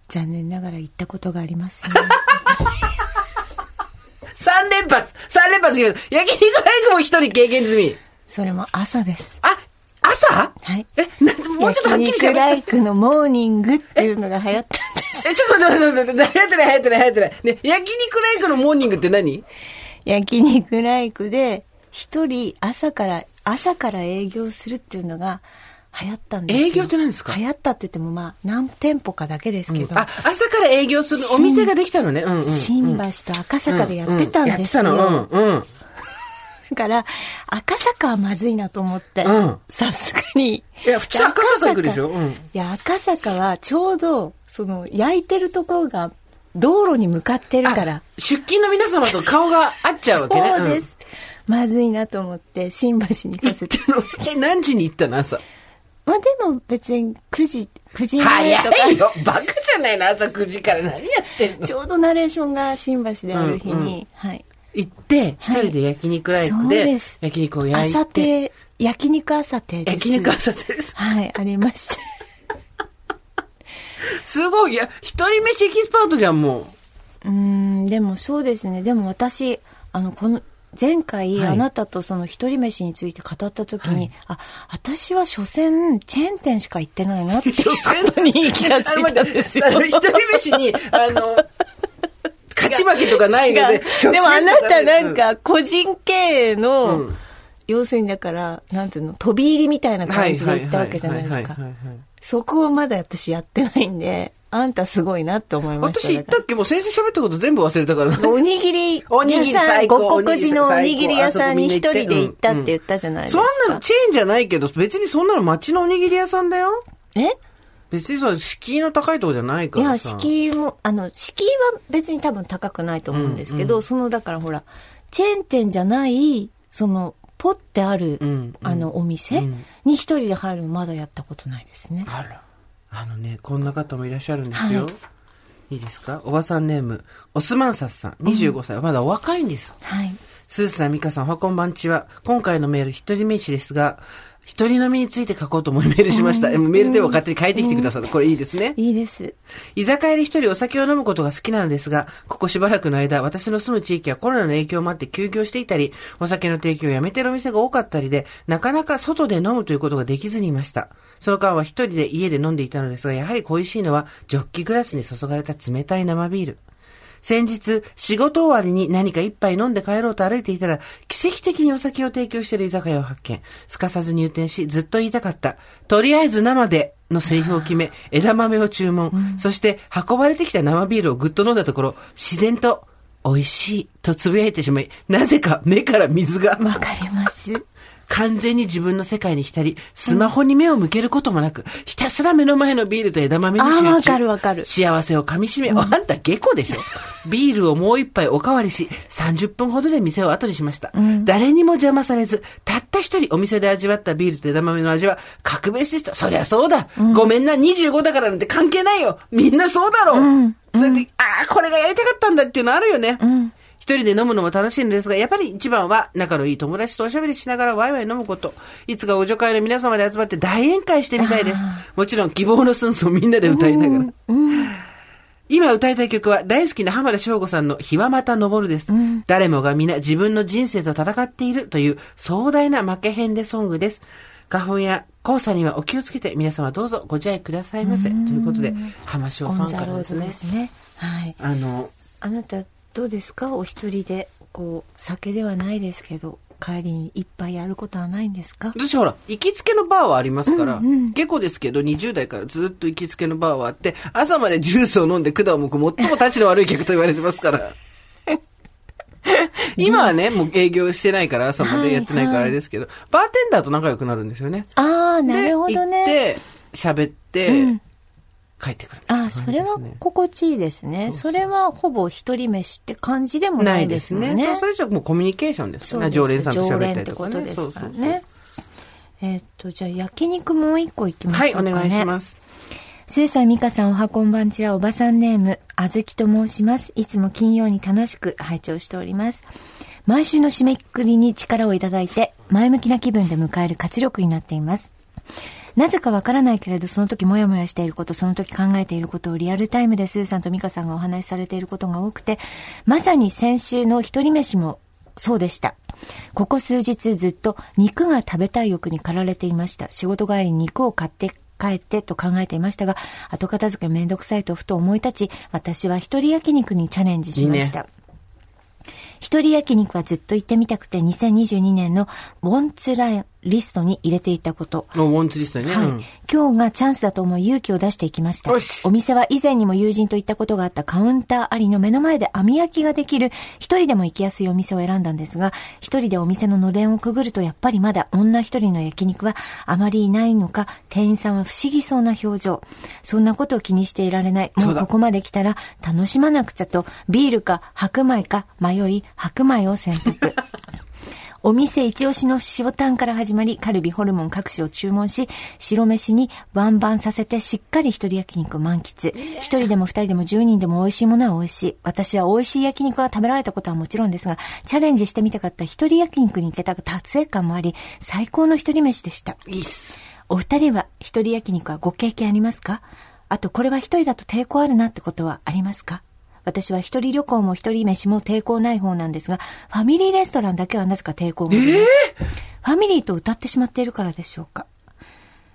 C: 残念ながら行ったことがあります、ね、
B: ?3 連発 !3 連発決めた焼肉ライクも一人経験済み
C: それも朝です
B: あ、朝
C: はい
B: え、なんもうちょっとはっきりし
C: 焼肉ラ
B: ゃべっ
C: イクのモーニングっていうのが流行ったんです
B: て。え、ちょっと待って待って待って、流行ってない流行ってない流行ってない。ね、焼肉ライクのモーニングって何
C: 焼肉ライクで一人朝から朝から営業するっていうのが流行ったんですよ
B: 営業って何ですか
C: 流行ったって言ってもまあ何店舗かだけですけど、
B: あ、朝から営業するお店ができたのね。うんうん。
C: 新橋と赤坂でやってたんですよ、
B: うんうんやってたの。うんうん。
C: だから赤坂はまずいなと思って
B: うん
C: さすがに
B: いや普通赤坂行くでしょうん
C: いや赤坂はちょうどその焼いてるところが道路に向かってるから
B: あ出勤の皆様と顔が合っちゃうわけね。
C: そうです、まずいなと思って新橋に行かせて
B: うん。え、何時に行ったの朝。
C: まあでも別に9時、9時前とか、
B: 早いよバカじゃないの朝9時から何やってんの
C: ちょうどナレーションが新橋である日に、
B: うんうん
C: はい。
B: 行って、一人で焼肉ライク
C: そう
B: で
C: です、
B: 焼肉を焼いて。
C: 朝亭、焼肉朝亭です。
B: 焼肉朝です。
C: はい、ありま して。
B: すごい、いや、一人飯エキスパートじゃん、も
C: う
B: う。
C: ーん、でもそうですね。でも私、あの、この、前回、
B: はい
C: あなたとその一人飯について語った時に、あ、私は所詮、チェーン店しか行ってないなっていうことに気がついたんです よ
B: あ。の一人飯に、あの、勝ち負けとかないの
C: 違
B: で
C: う。でもあなたなん
B: うん、
C: か個人経営の、
B: うん
C: 要するにだから、なんていうの、飛び入りみたいな感じで行ったわけじゃないです
B: は
C: か
B: はは。はいはい
C: そこをまだ私やってないんで、あんたすごいなって思いました。
B: 私言ったっけもう先週喋ったこと全部忘れたから。
C: おにぎり屋さん、
B: おにぎり最高
C: 五穀寺のおにぎり屋さんに一人で行ったって言ったじゃないですか。
B: そんなの、チェーンじゃないけど、別にそんなの街のおにぎり屋さんだよ。
C: え
B: 別にその敷居の高いとこじゃないか
C: い
B: らさ。
C: や、敷居も、あの、敷居は別に多分高くないと思うんですけど、その、だからほら、チェーン店じゃない、その、ポってある、
B: ん
C: あの、お店に一人で入るのまだやったことないですね。
B: あら。あのね、こんな方もいらっしゃるんですよ。、
C: はい
B: いですかおばさんネーム、オスマンサスさん、25歳。まだお若いんです。
C: はい。
B: スーさん、ミカさん、おはこんばんちは。今回のメール、一人飯ですが、一人飲みについて書こうと思いメールしました。えもうメールでは勝手に書いてきてくださる。これいいですね。
C: いいです。
B: 居酒屋で一人お酒を飲むことが好きなのですが、ここしばらくの間、私の住む地域はコロナの影響もあって休業していたり、お酒の提供をやめてるお店が多かったりで、なかなか外で飲むということができずにいました。その間は一人で家で飲んでいたのですが、やはり恋しいのは、ジョッキグラスに注がれた冷たい生ビール。先日、仕事終わりに何か一杯飲んで帰ろうと歩いていたら、奇跡的にお酒を提供している居酒屋を発見。すかさず入店し、ずっと言いたかった。とりあえず生でのセリフを決め、枝豆を注文。そして、運ばれてきた生ビールをぐっと飲んだところ、自然と、美味しいとつぶやいてしまい、なぜか目から水が。
C: わかります。
B: 完全に自分の世界に浸り、スマホに目を向けることもなく、ひたすら目の前のビールと枝豆に集
C: あ
B: 中。
C: ーわかるわかる
B: 幸せを噛み締め、あんた下戸 でしょ。ビールをもう一杯おかわりし、30分ほどで店を後にしました。誰にも邪魔されず、たった一人お店で味わったビールと枝豆の味は格別でした。そりゃそうだ。ごめんな、25だからなんて関係ないよ。みんなそうだろう。それで、ああ、これがやりたかったんだっていうのあるよね。一人で飲むのも楽しいのですが、やっぱり一番は仲のいい友達とおしゃべりしながらワイワイ飲むこと。いつかお女会の皆様で集まって大宴会してみたいです。もちろん希望のスンスをみんなで歌いながら。今歌いたい曲は大好きな浜田省吾さんの日はまた昇るです。誰もが皆自分の人生と戦っているという壮大な負け編でソングです。花粉や黄砂にはお気をつけて皆様どうぞご自愛くださいませ。ということで、浜省
C: オ
B: ファ
C: ン
B: ン
C: ザ
B: か
C: ロ
B: らで
C: ー
B: す
C: ド
B: ね
C: で。すね。はい。
B: あの、
C: あなた、どうですかお一人で、こう、酒ではないですけど、帰りに一杯やることはないんですか
B: 私ほら、行きつけのバーはありますから、下戸ですけど、20代からずっと行きつけのバーはあって、朝までジュースを飲んで管を向く最も立ちの悪い客と言われてますから。 今はね、もう営業してないから、朝までやってないからあれですけど、バーテンダーと仲良くなるんですよね。
C: ああ、なるほどね。
B: で、行って、喋って、
C: うん
B: 帰ってくるみたい
C: あ
B: な
C: あ、
B: 感
C: そ
B: じで
C: れ
B: すね、
C: は心地いいですね。それはほぼ一人飯って感じでもな
B: ないい
C: で
B: ですす
C: もん
B: ね。
C: ね。
B: そうそれじゃもうコミュニケーションです
C: そ
B: よ
C: う
B: ね。
C: です
B: 常連さんと
C: 常
B: 喋っ
C: 連っ
B: たり
C: て
B: と
C: こ
B: か
C: と
B: ね。
C: で
B: そ
C: す
B: う
C: か
B: そ
C: ら
B: う
C: ね。えーっと、じゃあ焼肉もう一個いきま
B: は
C: し
B: い、
C: ょうか
B: お
C: ね。
B: 願いします。
C: スーさん、ミカさん、おはこんばんちは、おばさんネーム、あずきと申します。いつも金曜に楽しく拝聴しております。毎週の締めくくりに力をいただいて、前向きな気分で迎える活力になっています。なぜかわからないけれど、その時もやもやしていること、その時考えていることをリアルタイムでスーさんとミカさんがお話しされていることが多くて、まさに先週の一人飯もそうでした。ここ数日ずっと肉が食べたい欲に駆られていました。仕事帰りに肉を買って帰ってと考えていましたが、後片付けめんどくさいとふと思い立ち、私は一人焼肉にチャレンジしました。
B: いい
C: 一人焼肉はずっと行ってみたくて、2022年のウォンツラリストに入れていたこと。
B: もうウォンツリストにね。
C: はい、
B: うん
C: 今日がチャンスだと思い勇気を出していきました
B: よし。
C: お店は以前にも友人と行ったことがあったカウンターありの目の前で網焼きができる、一人でも行きやすいお店を選んだんですが、一人でお店ののれんをくぐるとやっぱりまだ女一人の焼肉はあまりいないのか、店員さんは不思議そうな表情。そんなことを気にしていられない。もうここまで来たら楽しまなくちゃと、ビールか白米か迷い、白米を選択。お店一押しの塩タンから始まり、カルビ、ホルモン各種を注文し、白飯にワンバンさせてしっかり一人焼肉を満喫。一人でも二人でも十人でも美味しいものは美味しい。私は美味しい焼肉が食べられたことはもちろんですが、チャレンジしてみたかった一人焼肉に行けた達成感もあり、最高の一人飯でした。
B: いいっす。
C: お二人は一人焼肉はご経験ありますかあとこれは一人だと抵抗あるなってことはありますか私は一人旅行も一人飯も抵抗ない方なんですが、ファミリーレストランだけはなぜか抵抗がありますファミリーと歌ってしまっているからでしょうか。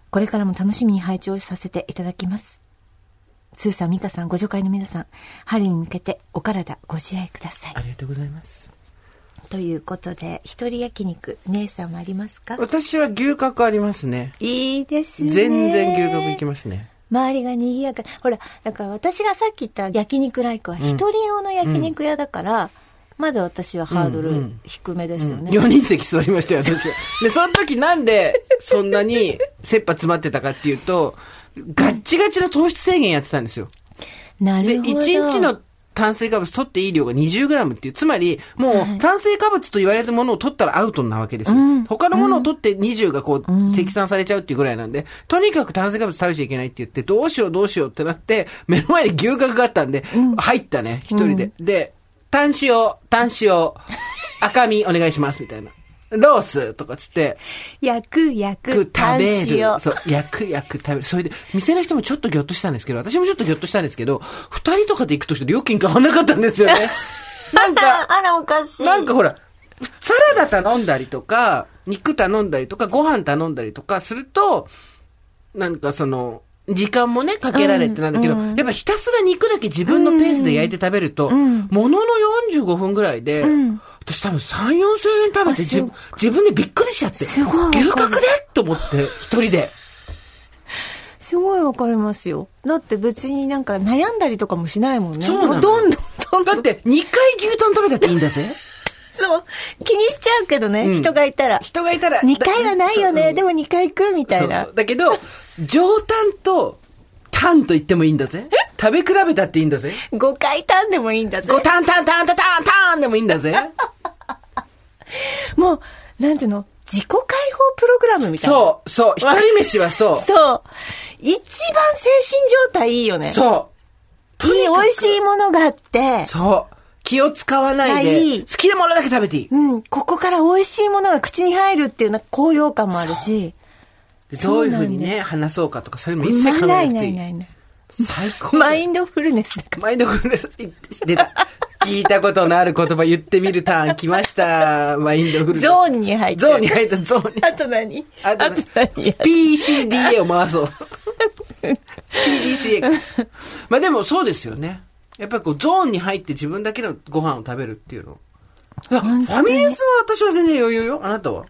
C: これからも楽しみに拝聴させていただきます。スーさん、ミカさん、ご助会の皆さん、春に向けてお体ご自愛ください
B: あ。りがとうございます。
C: ということで、一人焼肉、姉さんはありますか
B: 私は牛角ありますね。
C: いいですね。
B: 全然牛角行きますね。
C: 周りが賑やか。ほら、だから私がさっき言った焼肉ライクは一人用の焼肉屋だから、まだ私はハードル低めですよね。
B: 4人席座りましたよ、 私は。で、その時なんで、そんなに、切羽詰まってたかっていうと、ガッチガチの糖質制限やってたんですよ。
C: な
B: で、
C: るほど。
B: 1日の炭水化物取っていい量が 20g っていう、つまり、もう炭水化物と言われるものを取ったらアウトなわけですよ。他のものを取って20がこう、積算されちゃうっていうぐらいなんで、とにかく炭水化物食べちゃいけないって言って、どうしようどうしようってなって、目の前に牛角があったんで、入ったね、一人で。で、炭塩、炭塩、赤身お願いします、みたいな。ロースとかつって、
C: 焼く、焼
B: 焼
C: く、
B: く食べ
C: 炭塩
B: る。そう、焼く焼く食べる。それで、店の人もちょっとぎょっとしたんですけど、私もちょっとぎょっとしたんですけど、二人とかで行くと料金変わんなかったんですよね。 なん か、
C: あら、おかしい。
B: なんかほら、サラダ頼んだりとか、肉頼んだりとか、ご飯頼んだりとかすると、なんかその、時間もね、かけられてなんだけど、やっぱひたすら肉だけ自分のペースで焼いて食べると、ものの45分ぐらいで、私多分3、4千円食べ
C: あす
B: て自
C: ごい
B: 分、自分でびっくりしちゃって。
C: すごいわかる
B: 牛角でと思って、一人で。
C: すごいわかりますよ。だって別になんか悩んだりとかもしないもんね。
B: そうなの
C: もどんどんどんど
B: だ
C: ん。
B: って、2回牛タン食べたっていいんだぜ。
C: そう。気にしちゃうけどね、
B: ん
C: 人がいたら。
B: 人がいたら。
C: 2回はないよね。
B: だ
C: でも2回行くみたいな。
B: そうそうだけど、上タンと、タンと言ってもいいん だぜ。食べ比べたっていいんだぜ。
C: 5回たんでもいいんだぜ
B: ご。タンタンタンタンタンタンでもいいん だぜ。
C: もう、なんていうの自己解放プログラムみたいな。
B: そう、そう、一人飯はそう。
C: そう。一番精神状態いいよね。
B: そう。
C: いい、美味しいものがあって、
B: そう。気を使わない
C: な
B: で、
C: い
B: 好きなものだけ食べていい。
C: うん、ここから美味しいものが口に入るっていうなんか高揚感もあるし、
B: でど
C: そうう
B: いう
C: な
B: ふ
C: ん
B: う
C: です
B: にね、話そうかとか、それも一
C: ま
B: 切
C: あ
B: 考
C: ない
B: えなく
C: な
B: て
C: い
B: い
C: ない
B: い。
C: ない。
B: 最高。
C: マインドフルネスだから。
B: マインドフルネス、出た。聞いたことのある言葉言ってみるターン来ました。マインドフルネス。
C: ゾーンに入って
B: ゾーンに入った、ゾーンに。
C: あと何あと何
B: PCDA を回そう。PDCA。まあでもそうですよね。やっぱりこうゾーンに入って自分だけのご飯を食べるっていうの。いやフ
C: 本当に
B: ァミレスは私は全然余裕よ。あなたは。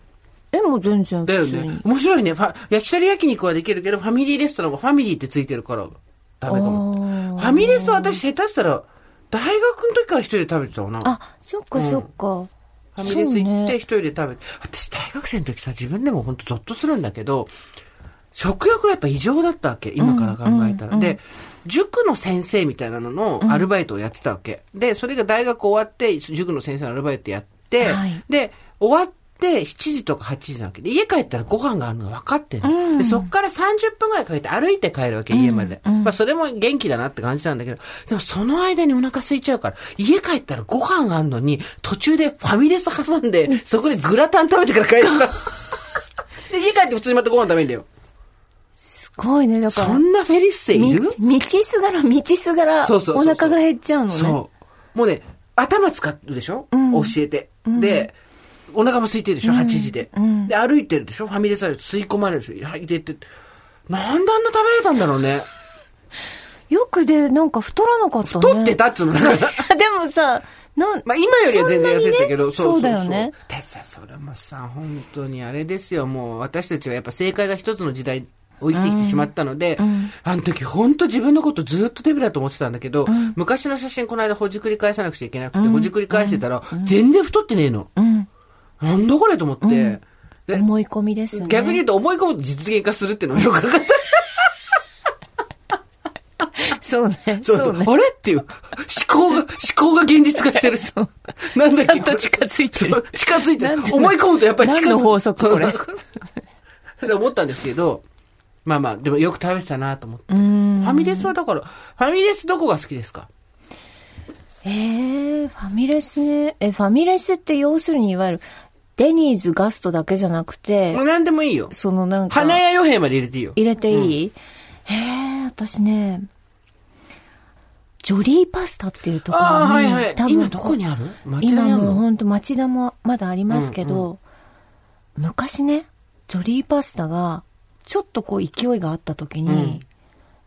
C: え、もう全然
B: だよ
C: 普通に
B: ね。。面白いね。ファ焼き鳥焼肉はできるけど、ファミリーレストランがファミリーってついてるからダメかも。ファミレスは私下手したら、大学の時から一人で食べてたもんな。
C: あ、そっかそっか。
B: ファミレス行っ
C: そう
B: て
C: ね
B: 一人で食べて、私大学生の時さ、自分でも本当ゾッとするんだけど、食欲がやっぱ異常だったわけ、今から考えたら。で、塾の先生みたいなののアルバイトをやってたわけ。で、それが大学終わって、塾の先生のアルバイトやって、
C: はい
B: で、終わって7時とか8時なわけで、家帰ったらご飯があるのが分かってるの、で、そっから30分ぐらいかけて歩いて帰るわけ、家まで。まあ、それも元気だなって感じなんだけど、でもその間にお腹空いちゃうから、家帰ったらご飯があるのに、途中でファミレス挟んで、そこでグラタン食べてから 帰ってた。で、家帰って普通にまたご飯食べんだよ。
C: すごいね、だから。
B: そんなフェリッセい
C: み
B: る
C: 道すがら道すがら
B: そうそうそ
C: お
B: うそう
C: 腹が減っちゃうのね。
B: そう。もうね、頭使うでしょ、教えて。で、お腹も空いてるでしょ ?8 時で、で、歩いてるでしょファミレスあると吸い込まれるでしょ入れてって。なんであんな食べれたんだろうね。
C: よくで、なんか太らなかったね。
B: 取って たっつうの。
C: でもさ、なん、
B: まあ今よりは全然痩せてたけど、
C: そんなにねそうだよね。
B: でさ、それもさ、本当にあれですよ、もう私たちはやっぱ正解が一つの時代を生きてきてしまったので、あの時本当自分のことずっとデブだと思ってたんだけど、昔の写真この間ほじくり返さなくちゃいけなくて、ほじくり返してたら、全然太ってねえの。なんだこれと思って、で
C: 思い込みですね。
B: 逆に言うと思い込むと実現化するっていうのがよくわかった。
C: そうね。
B: そうそう。
C: ね。
B: あれっていう。思考が、思考が現実化してる。なんだっけ
C: ちゃんと近づいてる
B: そう 近づいて
C: なん
B: る
C: て。いうの
B: 思い込むとやっぱり近づいて
C: 何の法則これ
B: れ。思ったん ですけど、まあまあ、でもよく食べてたなと思って。ファミレスはだから、ファミレスどこが好きですか
C: えー、ファミレスね。え、ファミレスって要するにいわゆる、デニーズガストだけじゃなくて、
B: 何でもいいよ。
C: そのなんか、
B: 花屋予兵まで入れていいよ。
C: 入れていい、えー、私ね、ジョリーパスタっていうところに、
B: ああ、はいはい
C: 多。分
B: 今どこにある町田
C: 今
B: にある
C: もう
B: の
C: ほんと町田もまだありますけど、昔ね、ジョリーパスタが、ちょっとこう勢いがあった時に、
B: うん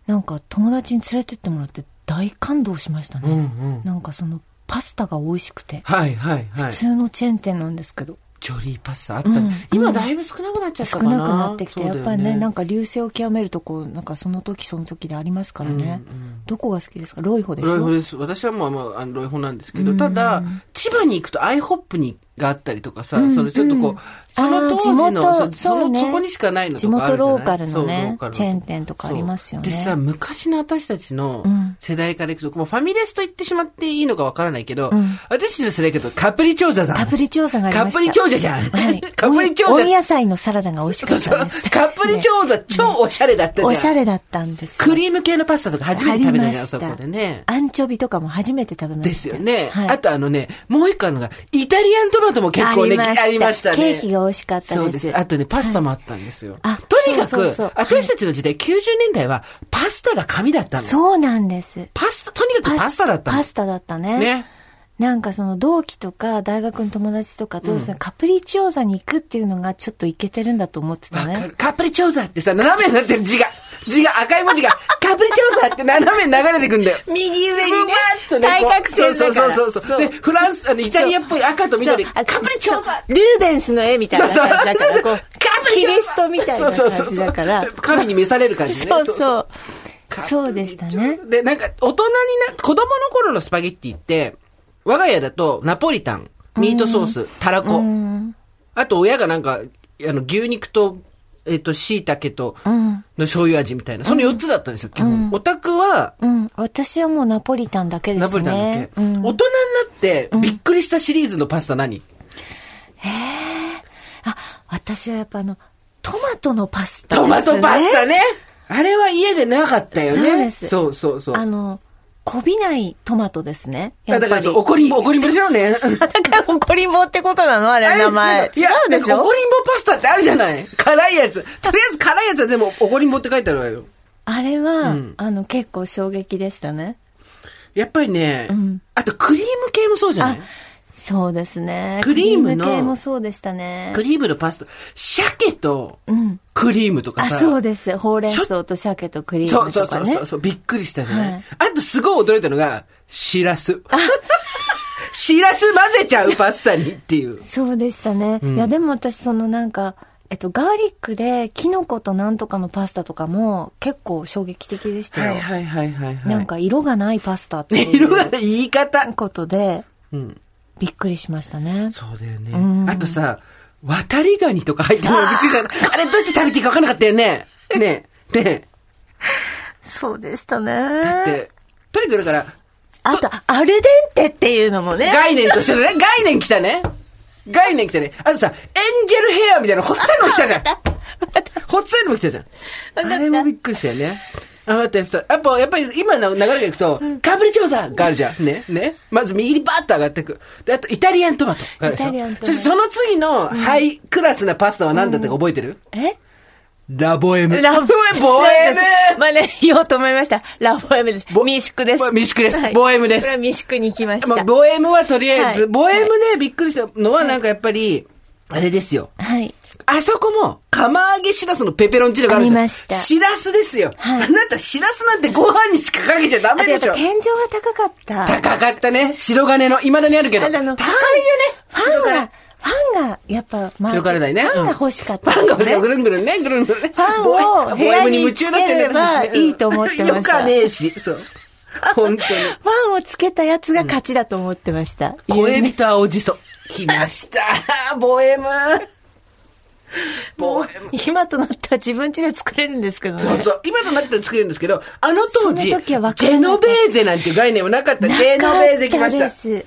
C: なんか友達に連れてってもらって大感動しましたね。
B: うんうん。
C: なんかそのパスタが美味しくて、
B: はいはいはい
C: 普。通のチェーン店なんですけど、
B: ジョリーパスタあった
C: うん
B: ね。今だいぶ少なくなっちゃった
C: 少
B: かな。
C: なくなってきて、
B: そうだ
C: や
B: よ
C: っぱりね、なんか流星を極めるとこ、なんかその時その時でありますからね。
B: うんうん
C: どこが好きですかロイホでし
B: ロイホ
C: ょ
B: です。私はもう、まあ、あのロイホなんですけど、ただ、千葉に行くとアイホップに、があったりとかさ、そのちょっとこう、その当時の、
C: あー地元
B: そ
C: そう
B: その
C: ね
B: そこにしかないの
C: 地
B: とかあ
C: 元
B: るじゃない
C: ローカル
B: そ
C: の
B: うロ
C: ね
B: ーカル、の
C: チェーン店とかありますよね。
B: でさ、昔の私たちの
C: うん
B: 世代からいくと、もうファミレスと言ってしまっていいのかわからないけど、
C: ん
B: 私たちの世代だけど、カプリチョーザさん。
C: カプリチョーザがあり
B: カ
C: ました。
B: プリチョーザじゃん。
C: はい
B: カプリチョー
C: 温
B: ザ。
C: 温野菜のサラダが美味しか
B: そう
C: っ
B: そ
C: た
B: う
C: です。。
B: カプリチョーザ、超おしゃれだったじゃん。
C: おしゃれだったんですよ。
B: クリーム系のパスタとか初めて食べたじゃん、そ
C: ありました
B: こでね。
C: アンチョビとかも初めて食べました。
B: ですよね。
C: はい
B: あとあのね、もう一個あるのが、イタリアントマトも結構ね、ありましたね。
C: ケーキが美味しかったです。
B: そうです。あとね、パスタもあったんですよ。
C: あ
B: とにかく、
C: そうそうそうはい
B: 私たちの時代、90年代は、パスタが神だったの。
C: そうなんです。
B: パスタ、とにかくパスタだったの。
C: パスタだったね。
B: ね
C: なんかその同期とか大学の友達とかと、そのカプリチョーザに行くっていうのがちょっといけてるんだと思ってた
B: わか
C: ね。
B: る。カプリチョーザってさ、斜めになってる字が、字が、赤い文字が、カプリチョーザって斜めに流れてく んだよ。
C: 右上
B: ブワーッとね
C: 対角線だから。
B: そうそうそうそう。で、フランス、あの、イタリアっぽい赤と緑、
C: そう
B: カ
C: あ
B: プリチョーザ
C: そうルーベンスの絵みたいな
B: そうそう
C: 感じだから、こう、キリストみたいな
B: そうそう
C: 感
B: そう
C: じだから。
B: 神に召される感じね。
C: そうそう。
B: カプリチョーザ
C: そうでしたね。
B: で、なんか、大人にな、子供の頃のスパゲッティって、我が家だと、ナポリタン、ミートソース、たらこ。あと、親がなんか、あの、牛肉と、えっと、椎茸と、の醤油味みたいな。その4つだったんですよ、基本。オタクは、
C: うん。私はもうナポリタンだけですね。
B: ナポリタンだっけ。大人に
C: う、
B: なんって、びっくりしたシリーズのパスタ何
C: あ、私はやっぱあの、トマトのパスタ、
B: トマトパスタね。あれは家でなかったよ
C: そ
B: ね。
C: うです
B: そうそうそう。
C: あの、こびないトマトですね。や
B: だ
C: っぱ
B: か
C: り
B: らそう、怒りんぼ、怒りんぼでしょ うね。
C: だから、怒りんぼってことなのあれ、名前。
B: いや
C: 違うでし
B: なんか
C: ょ
B: 怒りんぼパスタってあるじゃない辛いやつ。とりあえず辛いやつは全部怒りんぼって書いてあるわよ。
C: あれは、
B: うん
C: あの、結構衝撃でしたね。
B: やっぱりね、
C: ん
B: あとクリーム系もそうじゃない
C: そうですね。
B: クリームの
C: クリ系もそうでしたね
B: ク。リームのパスタ。鮭と
C: うん。
B: クリームとか
C: あ、
B: さ。
C: そうです。ほうれん草と鮭とクリー
B: そう
C: ム
B: そ
C: と
B: う
C: か
B: そ
C: ね。
B: うそうそう、びっくりしたじゃない、
C: はい
B: あとすごい驚いたのが、しらす。 しらす混ぜちゃうパスタにってい う。
C: そうでしたね。いや、でも私、そのなんか、えっと、ガーリックで、キノコとなんとかのパスタとかも、結構衝撃的でしたよ。
B: はいはいはいはい、はい。
C: なんか、色がないパスタっていう
B: 色がね言い方。
C: ことで、
B: うん。
C: びっくりしましたね。
B: そうだよね。あとさ、渡りガニとか入ってるのがびっくりじゃない あれどうやって食べていいか分かんなかったよね。ねえ。ね
C: そうでしたね。
B: え。だって、とにかくだから、
C: あと、アルデンテっていうのもね。
B: 概念としての ね、概念来たね。概念来たね。あとさ、エンジェルヘアみたいな、ほっさいのも来 たじゃん。ほっさいのも来たじゃん。あれもびっくりしたよね。あ、待って、そうやっぱ、やっぱり今の流れがいくと、カブリチョーザがあるじゃん。ね、ね。まず右にバーッと上がっていく。で、あとイタリアントマトがあるでしょ
C: イタリアントマト
B: そしてその次のハイクラスなパスタは何だったか覚えてる、
C: え
B: ラボエム。
C: ラボエム。
B: ボエ ム
C: まあね、言おうと思いました。ラボエムです。
B: ボ
C: 民宿です。
B: 民宿です
C: はい
B: ボエムです
C: これは民宿に行きました。
B: まあ、ボエムはとりあえず、
C: はい
B: ボエムね、びっくりしたのはなんかやっぱり、あれですよ。
C: はい。
B: あそこも、釜揚げしらすのペペロンチーノがあるじゃん
C: ありました
B: しらすですよ。
C: はい
B: あなた、しらすなんてご飯にしかかけちゃダ
C: あ
B: メ
C: とやっ
B: でし
C: ぱ
B: ょ。
C: 天井が高かった。
B: 高かったね。白金の、未だにあるけど。
C: あ
B: 高いよ
C: の
B: ね。
C: ファンが、ファンが、やっぱ、まあ
B: 白金台ね。
C: ファンが
B: うん
C: 欲しかったね。
B: ファンが欲しかった。ぐるんぐるんね、ぐるんぐるんね。
C: ファンを
B: ボエ
C: 部
B: ボエ
C: 屋
B: ム
C: に
B: に夢中だったよね
C: つければ
B: 私ねうん
C: いいと思ってました
B: よかねえし。そう。本当に。
C: ファンをつけたやつが勝ちだと思ってました。
B: 恋人青じそ。来ました。ボエム。ボエム。
C: 今となったら自分家で作れるんですけどね。
B: そうそう。今となっては作れるんですけど、あの当時、
C: その時は分
B: ジ
C: から
B: ェ
C: なか
B: ノ
C: っ
B: ベ
C: た
B: ーゼなんていう概念はなかった。
C: な
B: ジェノベーゼ来まし
C: かったで。
B: た
C: す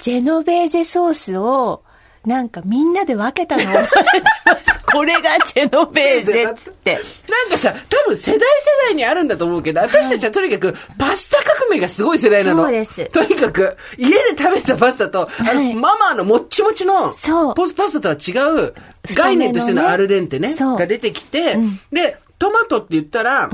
C: ジェノベーゼソースを、なんかみんなで分けたのを覚えて ます。これがジェノベーゼっつって。
B: なんかさ、多分世代世代にあるんだと思うけど、私たちはとにかくパスタ革命がすごい世代なの。
C: そうです
B: とにかく、家で食べてたパスタと、あ
C: はい
B: の、ママのもっちもちの、
C: そう
B: ポスパスタとは違う、概念としてのアルデンテね、
C: そう
B: が出てきて、で、トマトって言ったら、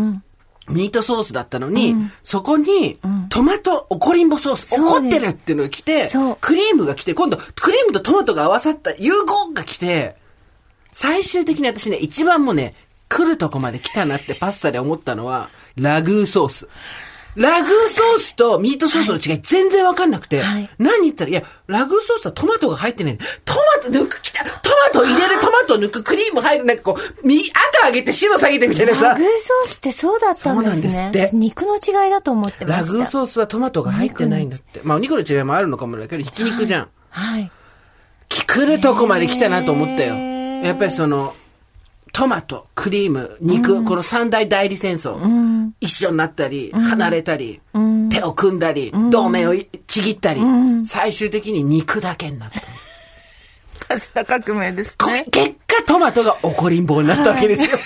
B: ミートソースだったのに、そこに、トマト怒りんぼソース、
C: そう
B: 怒ってるっていうのが来て
C: そう、
B: クリームが来て、今度、クリームとトマトが合わさった融合が来て、最終的に私ね、一番もうね、来るとこまで来たなってパスタで思ったのは、ラグーソース。ラグーソースとミートソースの違い全然わかんなくて、
C: はい
B: 何言ったら、いや、ラグーソースはトマトが入ってない。トマト抜く、きたトマト入れる、トマト抜く、クリーム入る、なんかこう、右、赤上げて白下げてみたいな
C: ラ
B: さ
C: グー。ソースってそうだったんです
B: そうな
C: ね
B: んですって
C: 肉の違いだと思ってました
B: ラグーソースはトマトが入ってないんだって。まあ、お肉の違いもあるのかもだけど、ひき肉じゃん。
C: はい
B: き来るとこまで来たなと思ったよ。
C: へー
B: やっぱりその、トマト、クリーム、肉、この三大代理戦争、一緒になったり、離れたり、手を組んだり、同盟をいちぎったり、最終的に肉だけになった。
C: パスタ革命です
B: こ
C: ね
B: 結果トマトが怒りんぼになったわけです よ。ね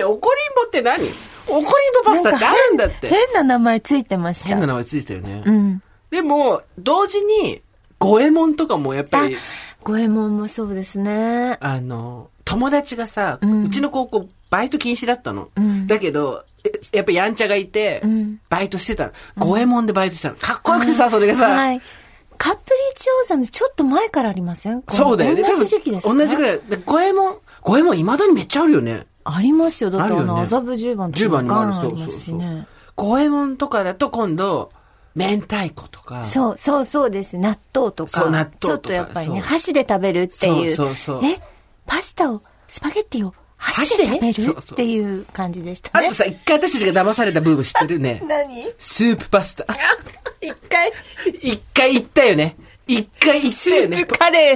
B: え怒りんぼって何怒りんぼパスタってあるんだって。
C: 変な名前ついてました
B: 変な名前ついてたよね。
C: うん
B: でも、同時に、五右衛門とかもやっぱ
C: あ
B: り、
C: 五右衛門もそうですね
B: あの、友達がさ、うちの高校、バイト禁止だったの。
C: ん
B: だけど、えやっぱやんちゃがいて、
C: ん
B: バイトしてたの。五右衛門でバイトしたの。かっこよくてさ、それがさ、
C: はいカプリチオーザのちょっと前からありません
B: そうだよね。
C: 同じ時期です
B: 多
C: ね
B: 分同じぐらい。で五右衛門、五右衛門未だにめっちゃあるよね。
C: ありますよだってあ
B: あるよ
C: の
B: ね
C: 麻布十番と
B: 10
C: か
B: 番にもある。
C: ガンあ
B: そう
C: りま
B: そう
C: すし
B: そう
C: ね。
B: 五右衛門とかだと今度、明太子とか。
C: そうそうそうです納豆とか
B: そう納豆とか
C: ちょっとやっぱりね
B: そう
C: 箸で食べるっていう
B: そうそうそう
C: ねパスタをスパゲッティを箸で食べ
B: 箸で
C: る
B: そうそう
C: っていう感じでした
B: あ
C: ね。
B: とさ、一回私たちが騙されたブーム知ってるね
C: 何
B: スープパスタ。
C: 一回
B: 一回行ったよね。一回行ったよね。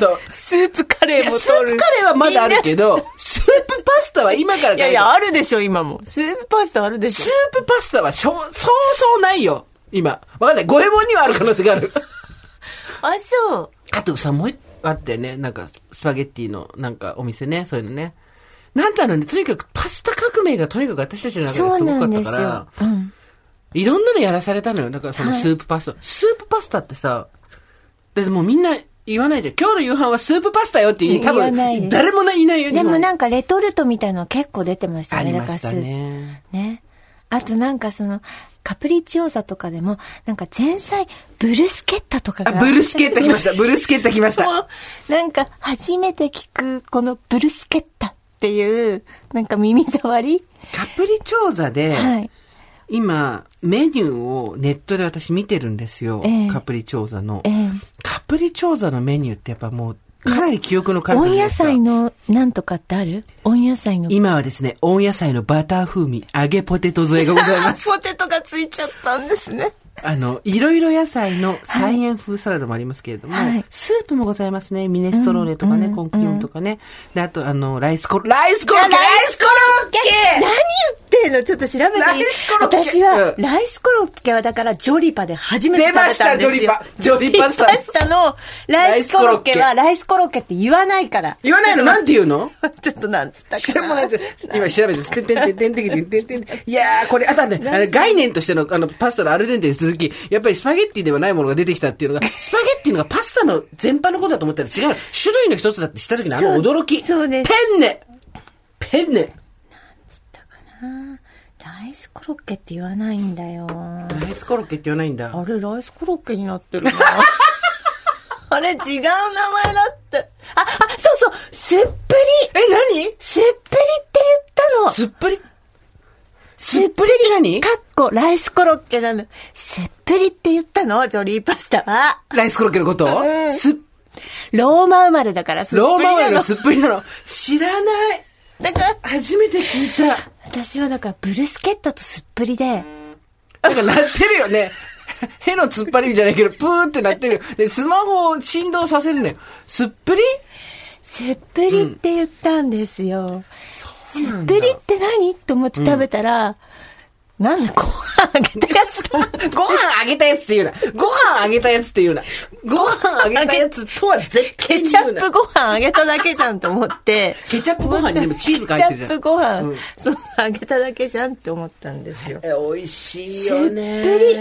B: そう。
C: スープカレ
B: いやスープカレーはまだあるけど、スープパスタは今から
C: いや
B: だよ
C: いや、あるでしょ、今も。スープパスタあるでし
B: ス
C: ょ。
B: ープパスタはしょそうそうないよ。今。わかんない。五右衛門にはある可能性がある。
C: あ、そう。
B: あとさ、もう一個あったよね。なんか、スパゲッティの、なんか、お店ね。そういうのね。なんだろうね。とにかく、パスタ革命がとにかく私たちの中ですごかったから、
C: うん。
B: いろんなのやらされたのよ。だから、そのスープパスタ。スープパスタってさ、だってもうみんな言わないじゃん。今日の夕飯はスープパスタよって言い多
C: 言わないで
B: 分、
C: す
B: 誰もないないよ。
C: でも
B: ん
C: なんかレトルトみたいなの結構出てました
B: あ
C: ね。
B: り
C: だ
B: ま
C: から
B: した
C: スー
B: ね。
C: プ。ね。あとなんかその、カプリチオーザとかでも、なんか前菜、ブルスケッタとか
B: あ、
C: が。
B: ブルスケッタ来 ました。ブルスケッタ来ました。
C: もうなんか初めて聞く、このブルスケッタっていう、なんか耳障り。
B: カプリチョーザで、
C: はい。
B: 今、メニューをネットで私見てるんですよ。
C: ええ
B: カプリチョーザの
C: え。え
B: カプリチョーザのメニューってやっぱもう、かなり記憶の彼方
C: 温
B: にな
C: 野
B: った
C: 菜のなんとかってある温野菜の。
B: 今はですね、温野菜のバター風味、揚げポテト添えがござい ます。
C: ポテトがついちゃったんですね。
B: あの、いろいろ野菜の菜園風サラダもありますけれども、
C: はい
B: スープもございますね。ミネストローネとかね、コンクリームとかね。で、あと、あの、ライスコロ、ライスコロッケ
C: ラ
B: ラ
C: イ
B: イ
C: ス
B: スコロッケ
C: 何言ってんのちょっと調べてみ
B: ライスコロッケ
C: 私は、
B: うん
C: ライスコロッケはだからジョリパで初めて
B: 出
C: 食べたん
B: ま
C: で
B: し
C: すよ。
B: た、ジョリパ。ジョリパスタ。
C: パスタのライスコロッケはライスコロッケって言わないから。
B: 言わないのなんて言うの
C: ちょっとなんつった
B: 知らないで 今調べてます。てんてんてんてんてんてんてんてんてんいやー、これ、あとはね、あれ、概念としての、あの、パスタのアルデンテに続き、やっぱりスパゲッティではないものが出てきたっていうの が、スパゲッティのがパスタの全般のことだと思ったら違う。種類の一つだってした時のあの
C: そう
B: 驚き。
C: そうです
B: ペンネペンネ
C: ライスコロッケって言わないんだよ。
B: ライスコロッケって言わないんだ。
C: あれ、ライスコロッケになってるな。 あれ、違う名前だって。あ、あ、そうそう、すっぷり
B: え、何
C: すっぷりって言ったの
B: すっぷり、
C: す
B: す
C: っ
B: っ
C: ぷ
B: ぷ
C: り
B: り
C: って
B: って
C: 何
B: 何
C: かっこ、ライスコロッケなの。すっぷりって言ったのジョリーパスタは。
B: ライスコロッケのこと
C: うん
B: すっ、
C: ローマ生まれだから、すっぷり
B: ローマ
C: な
B: ワイ
C: の
B: の。すっぷりなの。知らない。
C: だから、
B: 初めて聞いた。
C: 私はだから、ブルスケッタとすっぷりで、
B: なんか鳴ってるよね。 への突っ張りじゃないけど、プーって鳴ってるよ。で、スマホを振動させるのよ。すっぷり
C: すっぷりって言ったんですよ。すっ
B: なんだ
C: ぷりって何と思って食べたら、なんだ、ご飯あげたやつ と思って。
B: ご飯あげたやつって言うな。ご飯あげたやつって言うな。ご飯あげたやつとは絶対
C: ケ
B: に
C: チャ
B: 言う
C: ッ
B: な。
C: プご飯あげただけじゃんと思って。
B: ケチャップご飯にでもチーズが入って
C: ケ
B: るじ
C: チ
B: ゃ
C: ャップ
B: ん。
C: ご飯、
B: うん
C: そんなあげただけじゃんって思ったんですよ。
B: え、美味しいよね。
C: すっぷり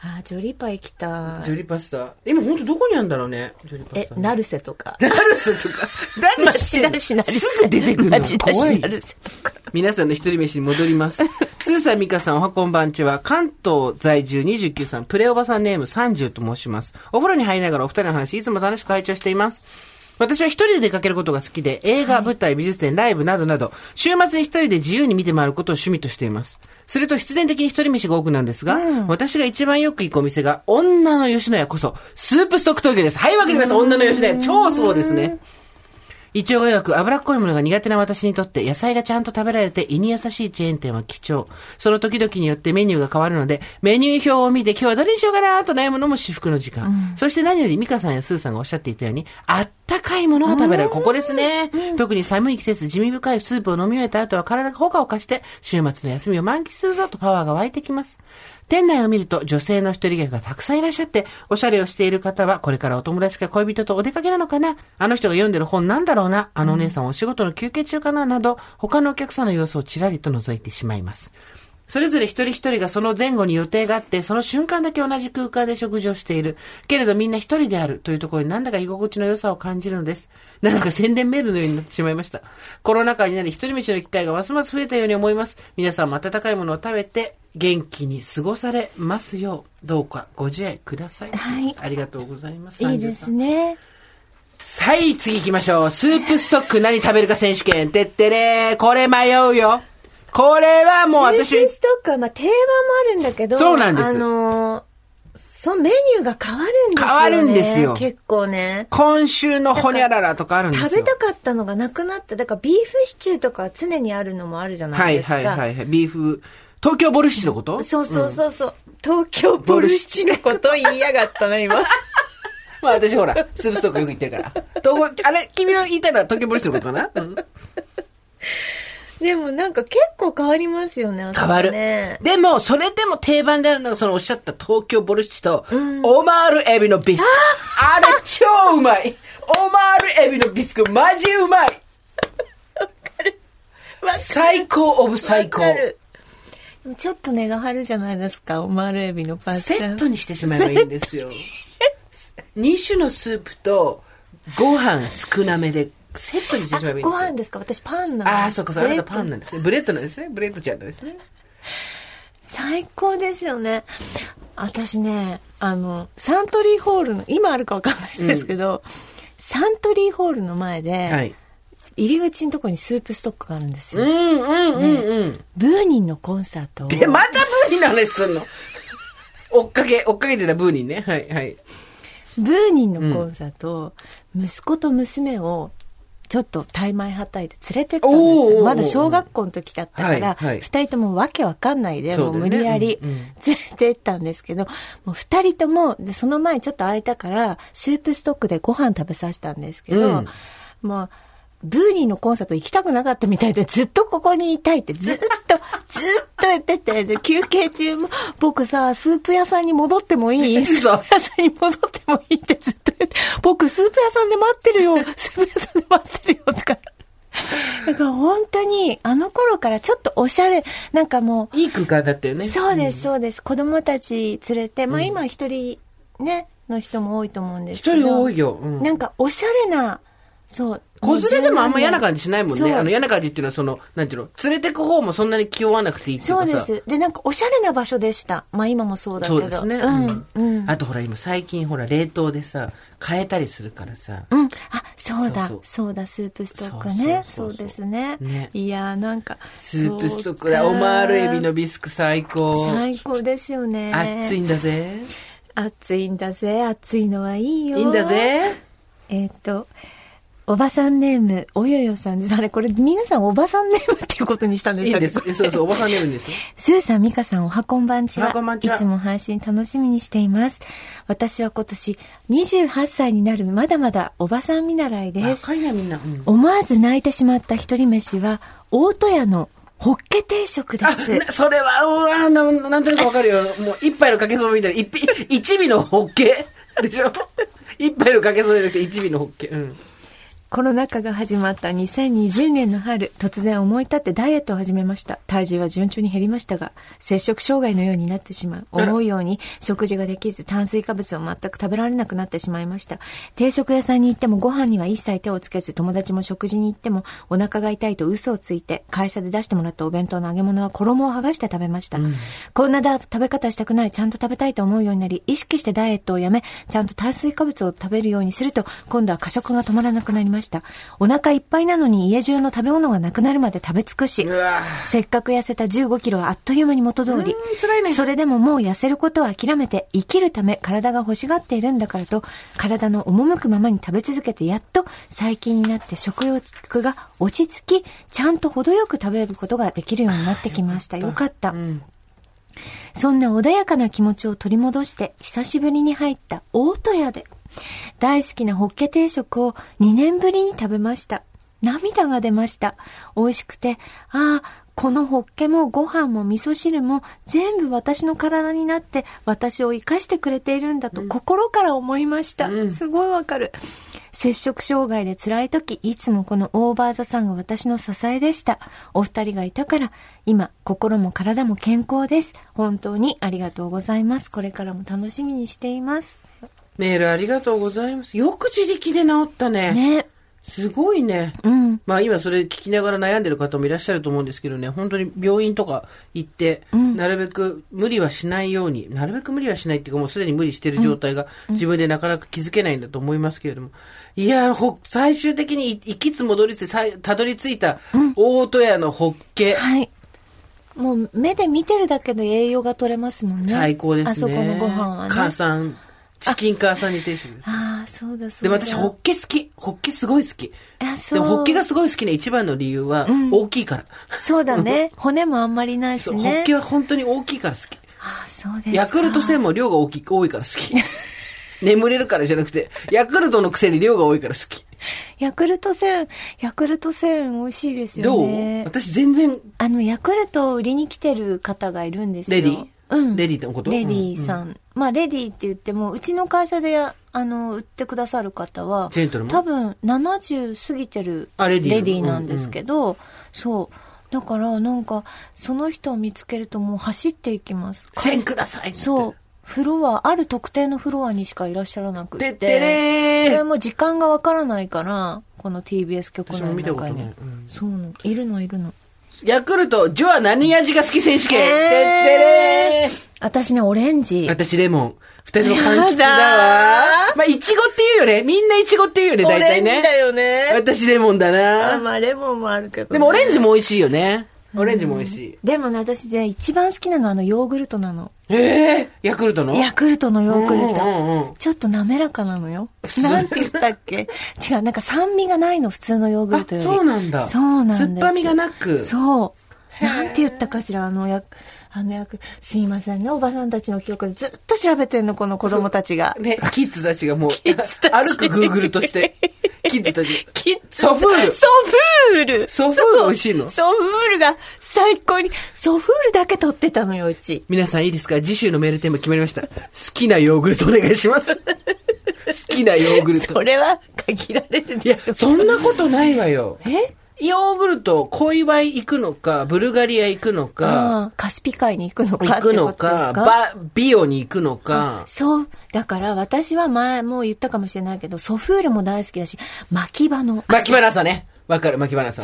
C: あー、ジョリパイ来た
B: ジ。ョリパスタ。今本当どこにあるんだろうね。ジョリパ
C: え
B: スタ、ね。
C: ナルセとか。
B: ナルセとか。何し て
C: 町
B: んの
C: 田市ナルセ。
B: すぐ出てくるの。
C: 町田
B: 怖
C: 市
B: い
C: ナ。ルセとか。
B: 皆さんの一人飯に戻ります。スーさん、ミカさん、おはこんばんちは、関東在住29さん、プレおばさんネーム30と申します。お風呂に入りながらお二人の話、いつも楽しく拝聴しています。私は一人で出かけることが好きで、映画、舞台、美術展、ライブなどなど、週末に一人で自由に見て回ることを趣味としています。すると必然的に一人飯が多くなるんですが、私が一番よく行くお店が、女の吉野家こそ、スープストック東京です。はい、わかります。女の吉野家。超そうですね。胃腸が弱く脂っこいものが苦手な私にとって野菜がちゃんと食べられて胃に優しいチェーン店は貴重。その時々によってメニューが変わるので、メニュー表を見て今日はどれにしようかなと悩むのも至福の時間。そして何より美香さんやスーさんがおっしゃっていたように、あったかいものが食べられる。ここですね。特に寒い季節、地味深いスープを飲み終えた後は体がほかを貸して、週末の休みを満喫するぞとパワーが湧いてきます。店内を見ると女性の一人客がたくさんいらっしゃって、おしゃれをしている方はこれからお友達か恋人とお出かけなのかなあの人が読んでる本なんだろうなあのお姉さんはお仕事の休憩中かななど、他のお客さんの様子をちらりと覗いてしまいます。それぞれ一人一人がその前後に予定があって、その瞬間だけ同じ空間で食事をしている。けれどみんな一人であるというところになんだか居心地の良さを感じるのです。なんだか宣伝メールのようになってしまいました。コロナ禍になり一人飯の機会がますます増えたように思います。皆さんも温かいものを食べて、元気に過ごされますよう、どうかご自愛ください。
C: はい
B: ありがとうございます。
C: いいです
B: 33。
C: ね。
B: さい、次行きましょう。スープストック何食べるか選手権。てってれー。これ迷うよ。これはもう
C: スー
B: 私
C: プ、ストックは、まあ、定番もあるんだけど、
B: そうなんです
C: あのーそのメニューが変わるんですよ、ね。
B: 変わるんですよ
C: 結構ね。
B: 今週のほにゃららとかあるんですよ。
C: 食べたかったのがなくなった。だから、ビーフシチューとかは常にあるのもあるじゃな
B: はいい
C: ですか。
B: はいはいはい。ビーフ、東京ボルシチのこと
C: そうそうそうそう、東京ボルシチのこと言いやがったな、今。
B: まあ私ほら、スープストックよく行ってるから。東京あれ、君の言いたいのは東京ボルシチのことかな、うん
C: でもなんか結構変わりますよね、あそこ
B: 変わる。
C: ね。
B: でも、それでも定番であるのが、そのおっしゃった東京ボルシチと、オマールエビのビスク。あれ超うまいオマールエビのビスク、マジうまい
C: わか
B: 最高オブ最高。
C: わかるでもちょっと値が張るじゃないですか、オマールエビのパスタ。
B: セットにしてしまえばいいんですよ。2種のスープと、ご飯少なめで、セットにしてしまえばいいん
C: ご
B: ですよ
C: 飯。ですか私パンなの。
B: ああ、そうか、そう、あなたパン
C: な
B: なんですね。ブレッドなんですね。ブレッドちゃんなんですね。
C: 最高ですよね。私ね、あの、サントリーホールの、今あるかわかんないですけど、サントリーホールの前で、
B: はい。
C: 入り口のとこにスープストックがあるんですよ。
B: うんうんうんうん。
C: ブーニンのコンサートを
B: で、またブーニーの話すんの追っかけ、追っかけてたブーニーね。はいはい。
C: ブーニンのコンサート、息子と娘をちょっと大枚はたいて連れてったんで
B: お
C: す
B: ーおーお
C: よ
B: ー
C: まだ小学校の時だったから、
B: はいはい
C: 2人ともわけわかんないで、
B: そうだ
C: も
B: よ
C: う
B: ね
C: 無理やり
B: うんうん
C: 連れてったんですけど、もう2人ともでその前にちょっと空いたからスープストックでご飯食べさせたんですけど、
B: うん
C: もうブーニンのコンサート行きたくなかったみたいで、ずっとここにいたいって、ずっと、ずっと言ってて、で休憩中も、僕さ、スープ屋さんに戻ってもいいス
B: 嘘
C: ープ屋さんに戻ってもいいってずっと言って、僕スープ屋さんで待って るよ、スープ屋さんで待ってるよ、とか。だから本当に、あの頃からちょっとおしゃれ、なんかも
B: いい空間だったよ
C: う、
B: ね。
C: そうです、そうです。子供たち連れて、まあ今一人ね、の人も多いと思うんですけど。
B: 一人多いようん
C: なんかおしゃれな、そう。
B: 子連れでもあんま嫌な感じしないもん
C: そう
B: ね。あの嫌な感じっていうのはその、なんていうの、連れてく方もそんなに気負わなくていいってい
C: そ
B: う
C: う
B: かさ。
C: です。で、なんかおしゃれな場所でした。まあ今もそうだけど。
B: そうですね。
C: うん。うん。
B: あとほら今最近ほら冷凍でさ、変えたりするからさ。
C: うん、あそうだ
B: そうそう
C: そうだスープストックね
B: そ
C: そう
B: そう
C: う
B: そうそう
C: ですね
B: ね
C: いやーなんか
B: スープストックだ。オマールエビのビスク最高。
C: 最高ですよね
B: 熱いんだぜ。
C: 暑いんだぜ暑いのはいいよ
B: いいんだぜ。
C: えっ、とおばさんネームおよよさんですあれこれ皆さんおばさんネームっていうことにしたんで
B: い
C: し
B: い
C: た
B: ん
C: っけ
B: です。そうそう、おばさん出るんですよ。
C: スーさん、ミカさん、おはこんばんち
B: お
C: は。
B: はこんばんちはい
C: つも配信楽しみにしています。私は今年28歳になるまだまだおばさん見習いです。
B: 若いなみんな。うん
C: 思わず泣いてしまった一人飯は、大戸屋のホッケ定食で
B: あ
C: す。
B: なそれは、うわななんとなくわかるよ。もう、一杯のかけそばみたいな、一匹一尾のホッケでしょ一杯のかけそばじゃなくて一尾のホッケ。うん。
C: コロナ禍が始まった2020年の春、突然思い立ってダイエットを始めました。体重は順調に減りましたが、摂食障害のようになってしまう。思うように食事ができず、炭水化物を全く食べられなくなってしまいました。定食屋さんに行ってもご飯には一切手をつけず、友達も食事に行ってもお腹が痛いと嘘をついて、会社で出してもらったお弁当の揚げ物は衣を剥がして食べました。こんなだ食べ方したくない、ちゃんと食べたいと思うようになり、意識してダイエットをやめ、ちゃんと炭水化物を食べるようにすると、今度は過食が止まらなくなりました。お腹いっぱいなのに家中の食べ物がなくなるまで食べ尽くし
B: うわ、
C: せっかく痩せた15キロはあっという間に元通り、それでももう痩せることを諦めて、生きるため体が欲しがっているんだからと、体の赴くままに食べ続けて、やっと最近になって食欲が落ち着き、ちゃんと程よく食べることができるようになってきました。よかった。そんな穏やかな気持ちを取り戻して、久しぶりに入った大戸屋で、大好きなホッケ定食を2年ぶりに食べました。涙が出ました。美味しくて、ああ、このホッケもご飯も味噌汁も全部私の体になって私を生かしてくれているんだと心から思いました。すごいわかる。摂食障害で辛い時、いつもこのオーバーザさんが私の支えでした。お二人がいたから、今、心も体も健康です。本当にありがとうございます。これからも楽しみにしています。
B: メールありがとうございます。よく自力で治ったね。
C: ね。
B: すごいね。
C: うん。
B: まあ今それ聞きながら悩んでる方もいらっしゃると思うんですけどね、本当に病院とか行って、なるべく無理はしないように、なるべく無理はしないっていうかもうすでに無理してる状態が自分でなかなか気づけないんだと思いますけれども。いやー、ほ、最終的にい行きつ戻りつ、さいたどり着いた大戸屋のホッケ。
C: はい。もう目で見てるだけで栄養が取れますもんね。
B: 最高ですね。
C: あそこのご飯はね。
B: 母さん、チキン母さんに定食です。
C: ああ、そうだそう
B: で
C: だ。
B: も私、ホッケ好き。ホッケすごい好き。
C: あそう
B: でも、ホッケがすごい好きな一番の理由は、大きいから。
C: そうだね。骨もあんまりないし
B: そう
C: ね。
B: ホッケは本当に大きいから好き。
C: ああ、そうですか。
B: ヤクルト1000も量が大きい、多いから好き。眠れるからじゃなくて、ヤクルトのくせに量が多いから好き。
C: ヤクルト1000、ヤクルト1000美味しいですよ
B: ど
C: ね。
B: う私全然、
C: あの、ヤクルトを売りに来てる方がいるんですよ。
B: レディ
C: うん。
B: レディのこと
C: レディさん。まあ、レディって言っても、うちの会社でや、あの、売ってくださる方は、
B: ジェントルマン
C: 多分、70過ぎてる
B: あレディ
C: なんですけど、そう。だから、なんか、その人を見つけるともう走っていきます。
B: 1000くださいって
C: そう。フロア、ある特定のフロアにしかいらっしゃらなくって。
B: てってれー
C: それも時間がわからないから、この TBS 局
B: 私
C: の
B: も見たこ
C: 中
B: と
C: に。
B: ない。うん
C: そうなの。いるのいるの。
B: ヤクルト、ジョア何味が好き選手権。て
C: え
B: っ
C: ー
B: てれー
C: 私ね、オレンジ。
B: 私レモン。二人とも柑橘だ
C: やだ
B: わ。まあ、いちごって言うよね。みんないちごって言うよね、大体ね。
C: よね。
B: 私レモンだな。
C: まあ、レモンもあるけど
B: でもオレンジも美味しいよね。オレンジも美味しい。
C: でもね、私ね、一番好きなのはあのヨーグルトなの。
B: ええヤクルトの
C: ヤクルトのヨーグル
B: うん
C: ト。
B: うんうん
C: ちょっと滑らかなのよ。なんて言ったっけ違う、なんか酸味がないの、普通のヨーグルトより。
B: あそうなんだ
C: そうなんです。
B: 酸っぱみがなく
C: そう。なんて言ったかしら、あのや、あの役、すいませんね、おばさんたちの記憶でずっと調べてんの、この子供たちが。
B: ね、キッズたちがもう、
C: ッズたち
B: 歩くグーグルとして。キッズたち。
C: キッズ
B: ソフール
C: ソフール
B: ソフール美味しいの
C: ソフールが最高に、ソフールだけ取ってたのよ、うち。
B: 皆さんいいですか次週のメールテーマ決まりました。好きなヨーグルトお願いします。好きなヨーグルト
C: そ。れは限られる
B: いや、
C: でしょ。
B: そんなことないわよ。
C: え
B: ヨーグルト、小岩行くのか、ブルガリア行くのか、
C: ああ、カスピ海に行くのかって
B: 行
C: こと
B: く
C: です
B: のか、
C: か
B: バ、ビオに行くのか、
C: そう。だから私は前もう言ったかもしれないけど、ソフールも大好きだし、巻き場の。
B: 巻き場の朝ね。わかる、巻き場の朝。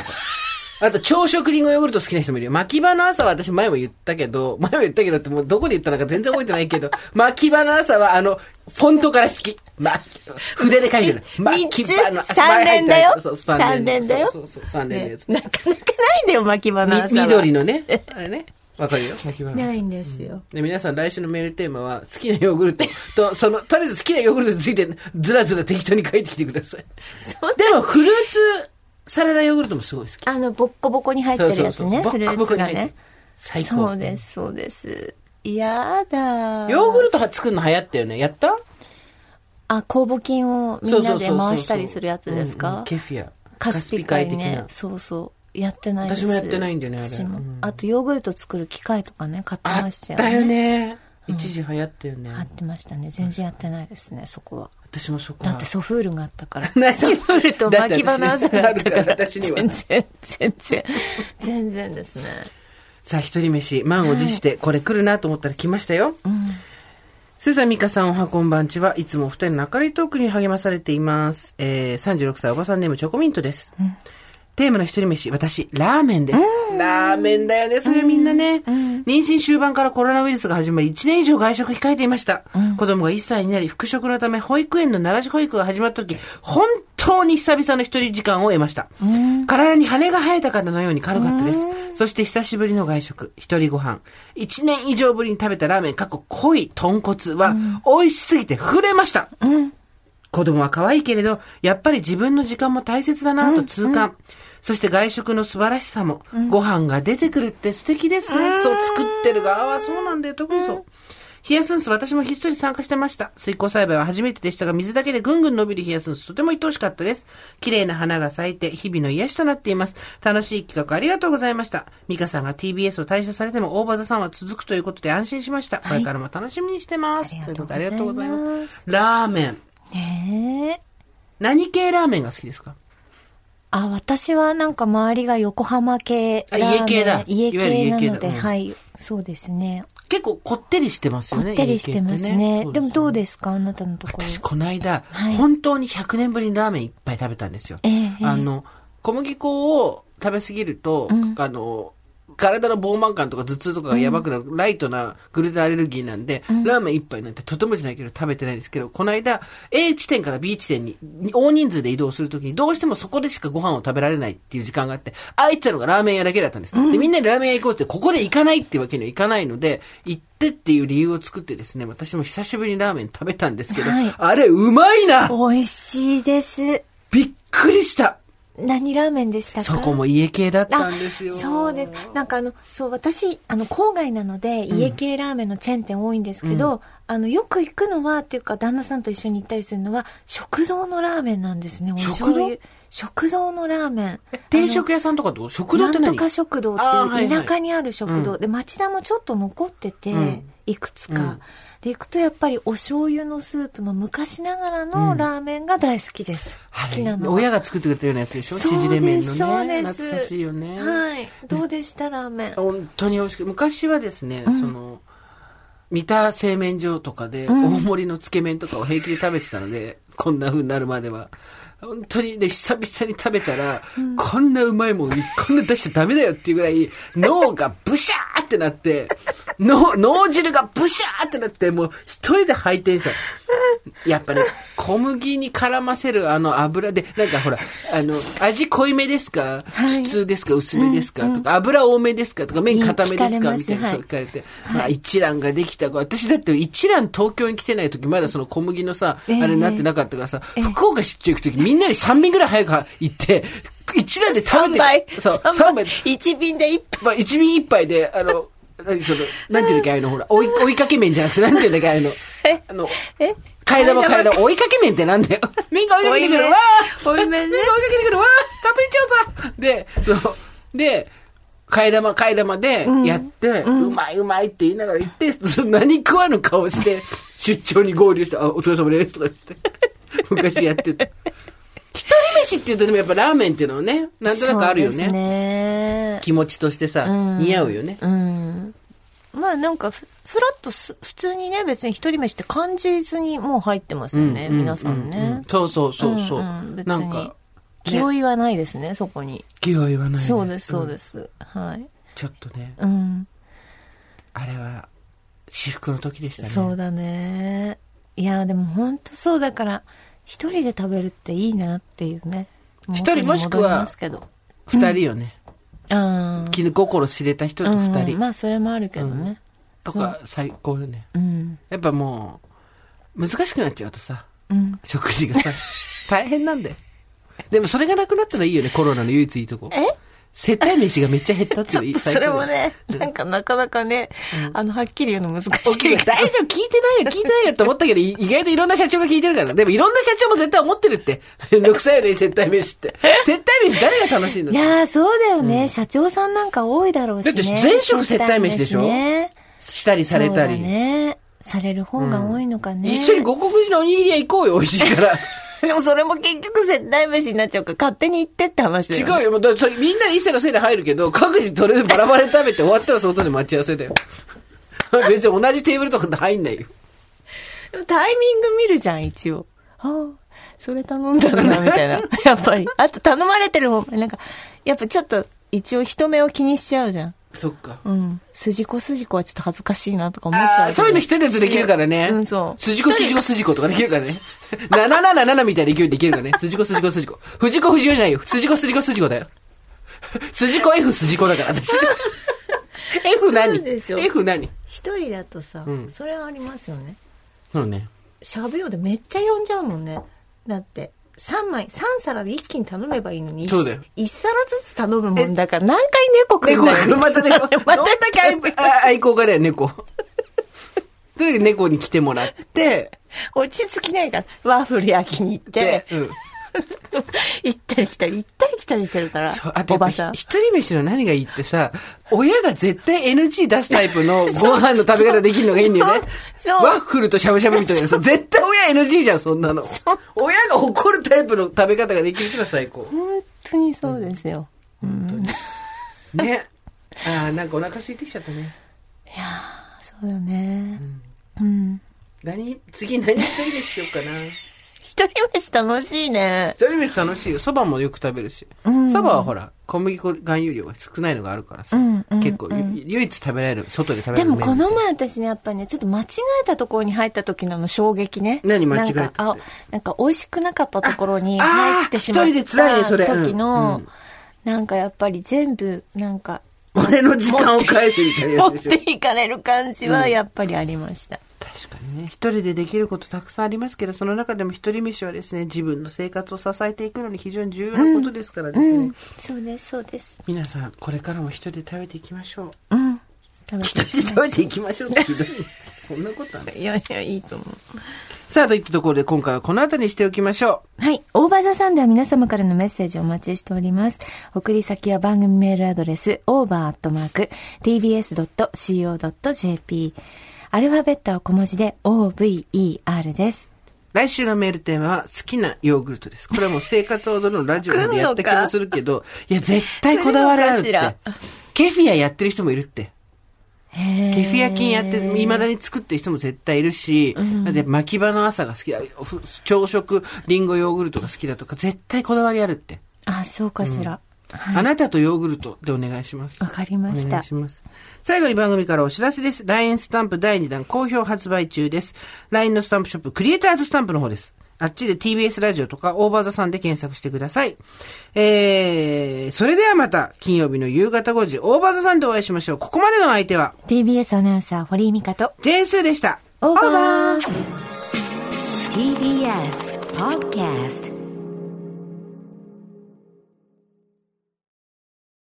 B: あと、朝食リンゴヨーグルト好きな人もいるよ。巻き場の朝は私前も言ったけど、前も言ったけどってもうどこで言ったのか全然覚えてないけど、巻き場の朝はあの、フォントから好き。ま、筆で書いてる。
C: 三
B: 巻
C: つ
B: き場の朝。
C: 三連だよ
B: そうそう
C: 三連だよ
B: そうそうそう三連のやつ。
C: ねなかなかないんだよ、巻き場の
B: み
C: 朝は
B: 緑のね。 あれね。わかるよ、巻き場の朝
C: ないんですよ。
B: で皆さん来週のメールテーマは好きなヨーグルトと、その、とりあえず好きなヨーグルトについてずらずら適当に書いてきてく ださい。
C: そう
B: でもフルーツサラダヨーグルトもすごい好き。
C: あの、ボッコボコに入ってるやつね、
B: そうそうそう
C: フルーツがね。
B: 最高。
C: そうです、そうです。やだ。
B: ヨーグルトは作るの流行ったよね。やった
C: あ、酵母菌をみんなで回したりするやつです
B: うんう
C: か
B: んケフィア。
C: カスピ海にね
B: カ、ス
C: そうそう。やってないです
B: 私もやってないんだよねあれ
C: 私も
B: うん
C: あと、ヨーグルト作る機械とかね、買って
B: ピ海的なあ
C: ま
B: っ
C: した
B: た
C: よ
B: よ
C: ね。
B: ね。一時流行ったよね。
C: 買ってましたね。全然やってないですね、そこは。
B: 私もそこ
C: だ
B: は
C: ってソフールがあったから
B: 何
C: ソフールと巻き場の朝があったから
B: だって私にはあ
C: 全
B: る
C: 然全然全然ですね
B: さあ一人飯満を持してこれ来るなと思ったら来ましたよ、スーザンミカさんおはこんばんちはいつもお二人の明るいトークに励まされています、えー、36歳おばさんネームチョコミントです、テーマの一人飯私ラーメンです、ラーメンだよねそれみんなね、妊娠終盤からコロナウイルスが始まり1年以上外食控えていました、子供が1歳になり復職のため保育園の奈良市保育が始まった時本当に久々の一人時間を得ました、体に羽が生えたかのように軽かったです、そして久しぶりの外食、一人ご飯。一年以上ぶりに食べたラーメン、過去濃い豚骨は、美味しすぎて震えました。子供は可愛いけれど、やっぱり自分の時間も大切だなと痛感。そして外食の素晴らしさも、ご飯が出てくるって素敵ですね。そう、作ってる側はそうなんだよ、特にそう。ヒヤスンス、私もひっそり参加してました。水耕栽培は初めてでしたが、水だけでぐんぐん伸びるヒヤスンス、とても愛おしかったです。綺麗な花が咲いて、日々の癒しとなっています。楽しい企画ありがとうございました。ミカさんが TBS を退社されても、大場座さんは続くということで安心しました。これからも楽しみにしてます。
C: ありがとうございます
B: ということでありがとうございます。ラーメン。
C: ねえ
B: 何系ラーメンが好きですか
C: あ、私はなんか周りが横浜系
B: あ
C: ラーメン。
B: 家系だ
C: 家
B: いわゆ
C: 系
B: る
C: な
B: 家系
C: の
B: だ
C: で、
B: うん
C: はい。そうですね。
B: 結構こってりしてます
C: こ
B: よね。
C: ってりしてます
B: 家系って
C: ね。
B: そう
C: でもどう
B: すよね
C: ですかあなたのところ。
B: 私、この間、
C: はい
B: 本当に100年ぶりにラーメンいっぱい食べたんですよ。
C: ええええ
B: あの、小麦粉を食べ過ぎると、あの、体の膨慢感とか頭痛とかがやばくなる、ライトなグルテンアレルギーなんで、ラーメン一杯なんてとてもじゃないけど食べてないんですけど、この間、A 地点から B 地点に大人数で移動するときに、どうしてもそこでしかご飯を食べられないっていう時間があって、空いてたのがラーメン屋だけだったんです。で、みんなでラーメン屋行こうって、ここで行かないっていうわけにはいかないので、行ってっていう理由を作ってですね、私も久しぶりにラーメン食べたんですけど、
C: はい
B: あれ、うまいな
C: 美味しいです。
B: びっくりした
C: 何ラーメンでしたか
B: そこも家系だった
C: あ
B: んですよ。
C: そうです。なんかあの、そう、私、あの、郊外なので、家系ラーメンのチェーン店多いんですけど、あの、よく行くのは、っていうか、旦那さんと一緒に行ったりするのは、食堂のラーメンなんですね。お醤油。食堂のラーメン。
B: 定食屋さんとかってこと食堂って
C: なん
B: 何
C: とか食堂って
B: あーはいいうはい
C: 田舎にある食堂、
B: う
C: で町田もちょっと残ってて、
B: ん
C: いくつか、
B: うん
C: で行くとやっぱりお醤油のスープの昔ながらのラーメンが大好きです、
B: はい
C: 好きなのは
B: 親が作ってくれたようなやつでしょ
C: そう
B: 縮
C: で
B: れ
C: す
B: 麺のね。
C: そうです
B: 懐かしいよね。
C: はいどうでしたラーメン
B: 本当に美味しく昔はですね、その三田製麺所とかで大盛りのつけ麺とかを平気で食べてたので、こんな風になるまでは本当にね久々に食べたら、こんなうまいもんこんな出しちゃダメだよっていうぐらい脳がブシャーってなって脳脳汁がブシャーってなってもう一人で吐いてんすよやっぱね、小麦に絡ませるあの油で、なんかほら、あの、味濃いめですか、
C: はい
B: 普通ですか薄めですか、とか、油多めですかとか、麺固めで
C: いい
B: す
C: 聞かれ
B: か
C: ます
B: みたいな、
C: はい
B: そう聞かれて、まあ一蘭ができた子、私だって一蘭東京に来てない時、まだその小麦のさ、
C: ええ
B: あれになってなかったからさ、福岡出張行く時、みんなに3便ぐらい早く行って、一蘭で食べ
C: 3
B: て、
C: 杯
B: そう、
C: 三
B: 3杯。
C: 一瓶で一杯
B: まあ、一瓶一杯で、あの、何その、なんていうんだっけ、ああいうの、ほら、追い、追いかけ麺じゃなくて、なんていうんだっけ、ああいうの。あの、
C: え
B: 替 え玉替え
C: 替え
B: 玉、追いかけ麺ってな んだよ。麺が追いかけて くるわ
C: 追い麺ね
B: 麺が追いかけてくるわカプリチョーザで、そう。で、替え玉、替え玉でやって、うまいうまいって言いながら言って、その何食わぬ 顔して、出張に合流して、あ、お疲れ様ですとか言 って、昔やってた。一人飯って言うとでもやっぱラーメンっていうのはね、なんとなくあるよ
C: そうですね
B: 気持ちとしてさ、
C: ん
B: 似合うよね。
C: うんまあなんかふ、ふらっとす普通にね、別に一人飯って感じずにもう入ってますよね、
B: うん
C: 皆さんね。
B: ううそうそうそうそう、
C: んん別
B: なん
C: に
B: か
C: 気負いはないですねそこに
B: 気は言わない、
C: そうですそうですす、はい
B: うんちょっとね
C: うん
B: あれは至福の時でしたね
C: そうだねいやでも本当そうだから一人で食べるっていいなっていうね
B: 一人もし
C: 元
B: くは
C: に戻りますけど
B: 二人よね、
C: あ
B: 気の心知れた人と二人、
C: まあそれもあるけどね
B: とか最高よね
C: うん
B: やっぱもう難しくなっちゃうとさ
C: うん
B: 食事がさ 大変なんだよでもそれがなくなったらいいよねコロナの唯一いいとこ
C: え
B: 接待飯がめっちゃ減ったっていうのいい 最
C: そ
B: 高
C: れ
B: だよ
C: もねなんかなかなかね、あのはっきり言うの難しいけど
B: 大丈夫、聞いてないよ、聞いてないよって思ったけど、い 意外といろんな社長が聞いてるから。でもいろんな社長も絶対思ってるって。めんどくさいよね、接待 飯って。接待飯誰が楽しいんだっ
C: い
B: て。
C: やーそうだよね、社長さんなんか多いだろうしね
B: だって全職接待飯でしょ
C: 接待ね
B: したりされたり。
C: そうだね。される方が多いのかね。
B: 一緒に五穀寺のおにぎり屋行こうよ、美味しいから。
C: でもそれも結局接待飯になっちゃうから勝手に行ってって話だよ、ね。
B: 違うよ、もうだってそれみんなで伊勢のせいで入るけど、各自それでバラバラで食べて終わったら外で待ち合わせだよ。 別に同じテーブルとかで入んないよ。
C: でもタイミング見るじゃん、一応。ああ、それ頼んだん だ、みたいな。やっぱり。あと頼まれてる方も、なんか、やっぱちょっと一応人目を気にしちゃうじゃん。
B: そっか。
C: うん。筋子筋子はちょっと恥ずかしいなとか思っち
B: あ
C: ゃうけ
B: ー
C: ど。
B: そういうの一人でできるからね。
C: うん、そう。
B: 筋子筋子筋子とかできるからね。777みたいな勢いでいけるからね。筋子筋子筋子。藤子不二雄じゃないよ。筋子筋子筋子だよ。筋子 F 筋子だから、 私。F 何
C: そうでしょ
B: ?F 何
C: 一人だとさ、
B: ん
C: それはありますよね。
B: そうね。
C: しゃぶようでめっちゃ呼んじゃうもんね。だって、3枚、3皿で一気に頼めばいいのに、
B: そうだよ
C: 1皿ずつ頼むもんだから、何回猫来る
B: 猫
C: んだ
B: が
C: よ
B: 来る。また猫。ど ん
C: また
B: だけ愛あ愛好家だよ、猫。とにかく猫に来てもらって、
C: 落ち着きないから、ワッフル焼きに行って
B: で、、うん。
C: 行ったり来たり、行ったり来たりしてるから
B: そう、あ、と
C: お
B: やっぱ
C: ば
B: ひ
C: さん。
B: 一人飯の何がいいってさ、親が絶対 NG 出すタイ プのご飯の食べ方できるのがいいんだよね。
C: そうそう
B: ワッフルとしゃぶしゃぶみたいなさ、絶対親 NG じゃん、そんなの。親が怒るタイプの食べ方ができるから最高。
C: 本当にそうですよ。
B: ね。ああ、なんかお腹空いてきちゃったね。
C: あそうだね。
B: 何、次何一人飯しようかな。
C: 一人飯楽しいね。
B: 一人飯楽しいよ。そばもよく食べるし。そばはほら、小麦粉含有量が少ないのがあるからさ。
C: んうん
B: 結構、ゆ唯一食べられる、外で食べら
C: で
B: れる
C: も
B: 麺みた
C: こ
B: いな。
C: の前私ね、やっぱりね、ちょっと間違えたところに入った時のあの衝撃ね。
B: 何間違えた
C: なんか、あ、なんか美味しくなかったところに
B: あ
C: 入ってしまった
B: あー一人で辛いねそれうん
C: 時の、
B: うん
C: なんかやっぱり全部、なんか、
B: 俺の時間を返せみたいな
C: 持
B: や
C: っ
B: つでしょ。
C: ていかれる感じはやっぱりありました。
B: 確かにね一人でできることたくさんありますけどその中でも一人飯はですね自分の生活を支えていくのに非常に重要なことですからですね、
C: うん。そうです、そうです。
B: 皆さんこれからも一人で食べていきましょ
C: う
B: う
C: ん。食べて
B: 一人で食べていきましょうってひどい そんなことはない
C: いやいや、いいと思う。
B: さあといったところで今回はこの辺りにしておきましょ
C: はい。オーバーザさんでは皆様からのメッセージをお待ちしております。送り先は番組メールアドレス、over.tbs.co.jp。アルファベットは小文字で over です。
B: う来週のメールテーマは好きなヨーグルトですこれはもう生活を踊るのラジオでやった気もするけどいや絶対こだわりあるっ
C: 来るの
B: て
C: か
B: ケフィアやってる人もいるって
C: ケ
B: ケフィア菌やって、未だに作ってる人も絶対いるし、だって巻き場の朝が好きだ、ふ朝食、リンゴヨーグルトが好きだとか、絶対こだわりあるって。
C: あ、そうかしら。
B: あなたとヨーグルトでお願いします。
C: わかりました
B: お願いします。最後に番組からお知らせです。LINE スタンプ第2弾好評発売中です。LINE のスタンプショップ、クリエイターズスタンプの方です。あっちで TBS ラジオとかオーバーザさんで検索してください。えー、それではまた金曜日の夕方5時、オーバーザさんでお会いしましょう。ここまでの相手は
C: TBS アナウンサー、堀井美香と、
B: ジェーンスーでした。
C: オーバー
A: TBS Podcast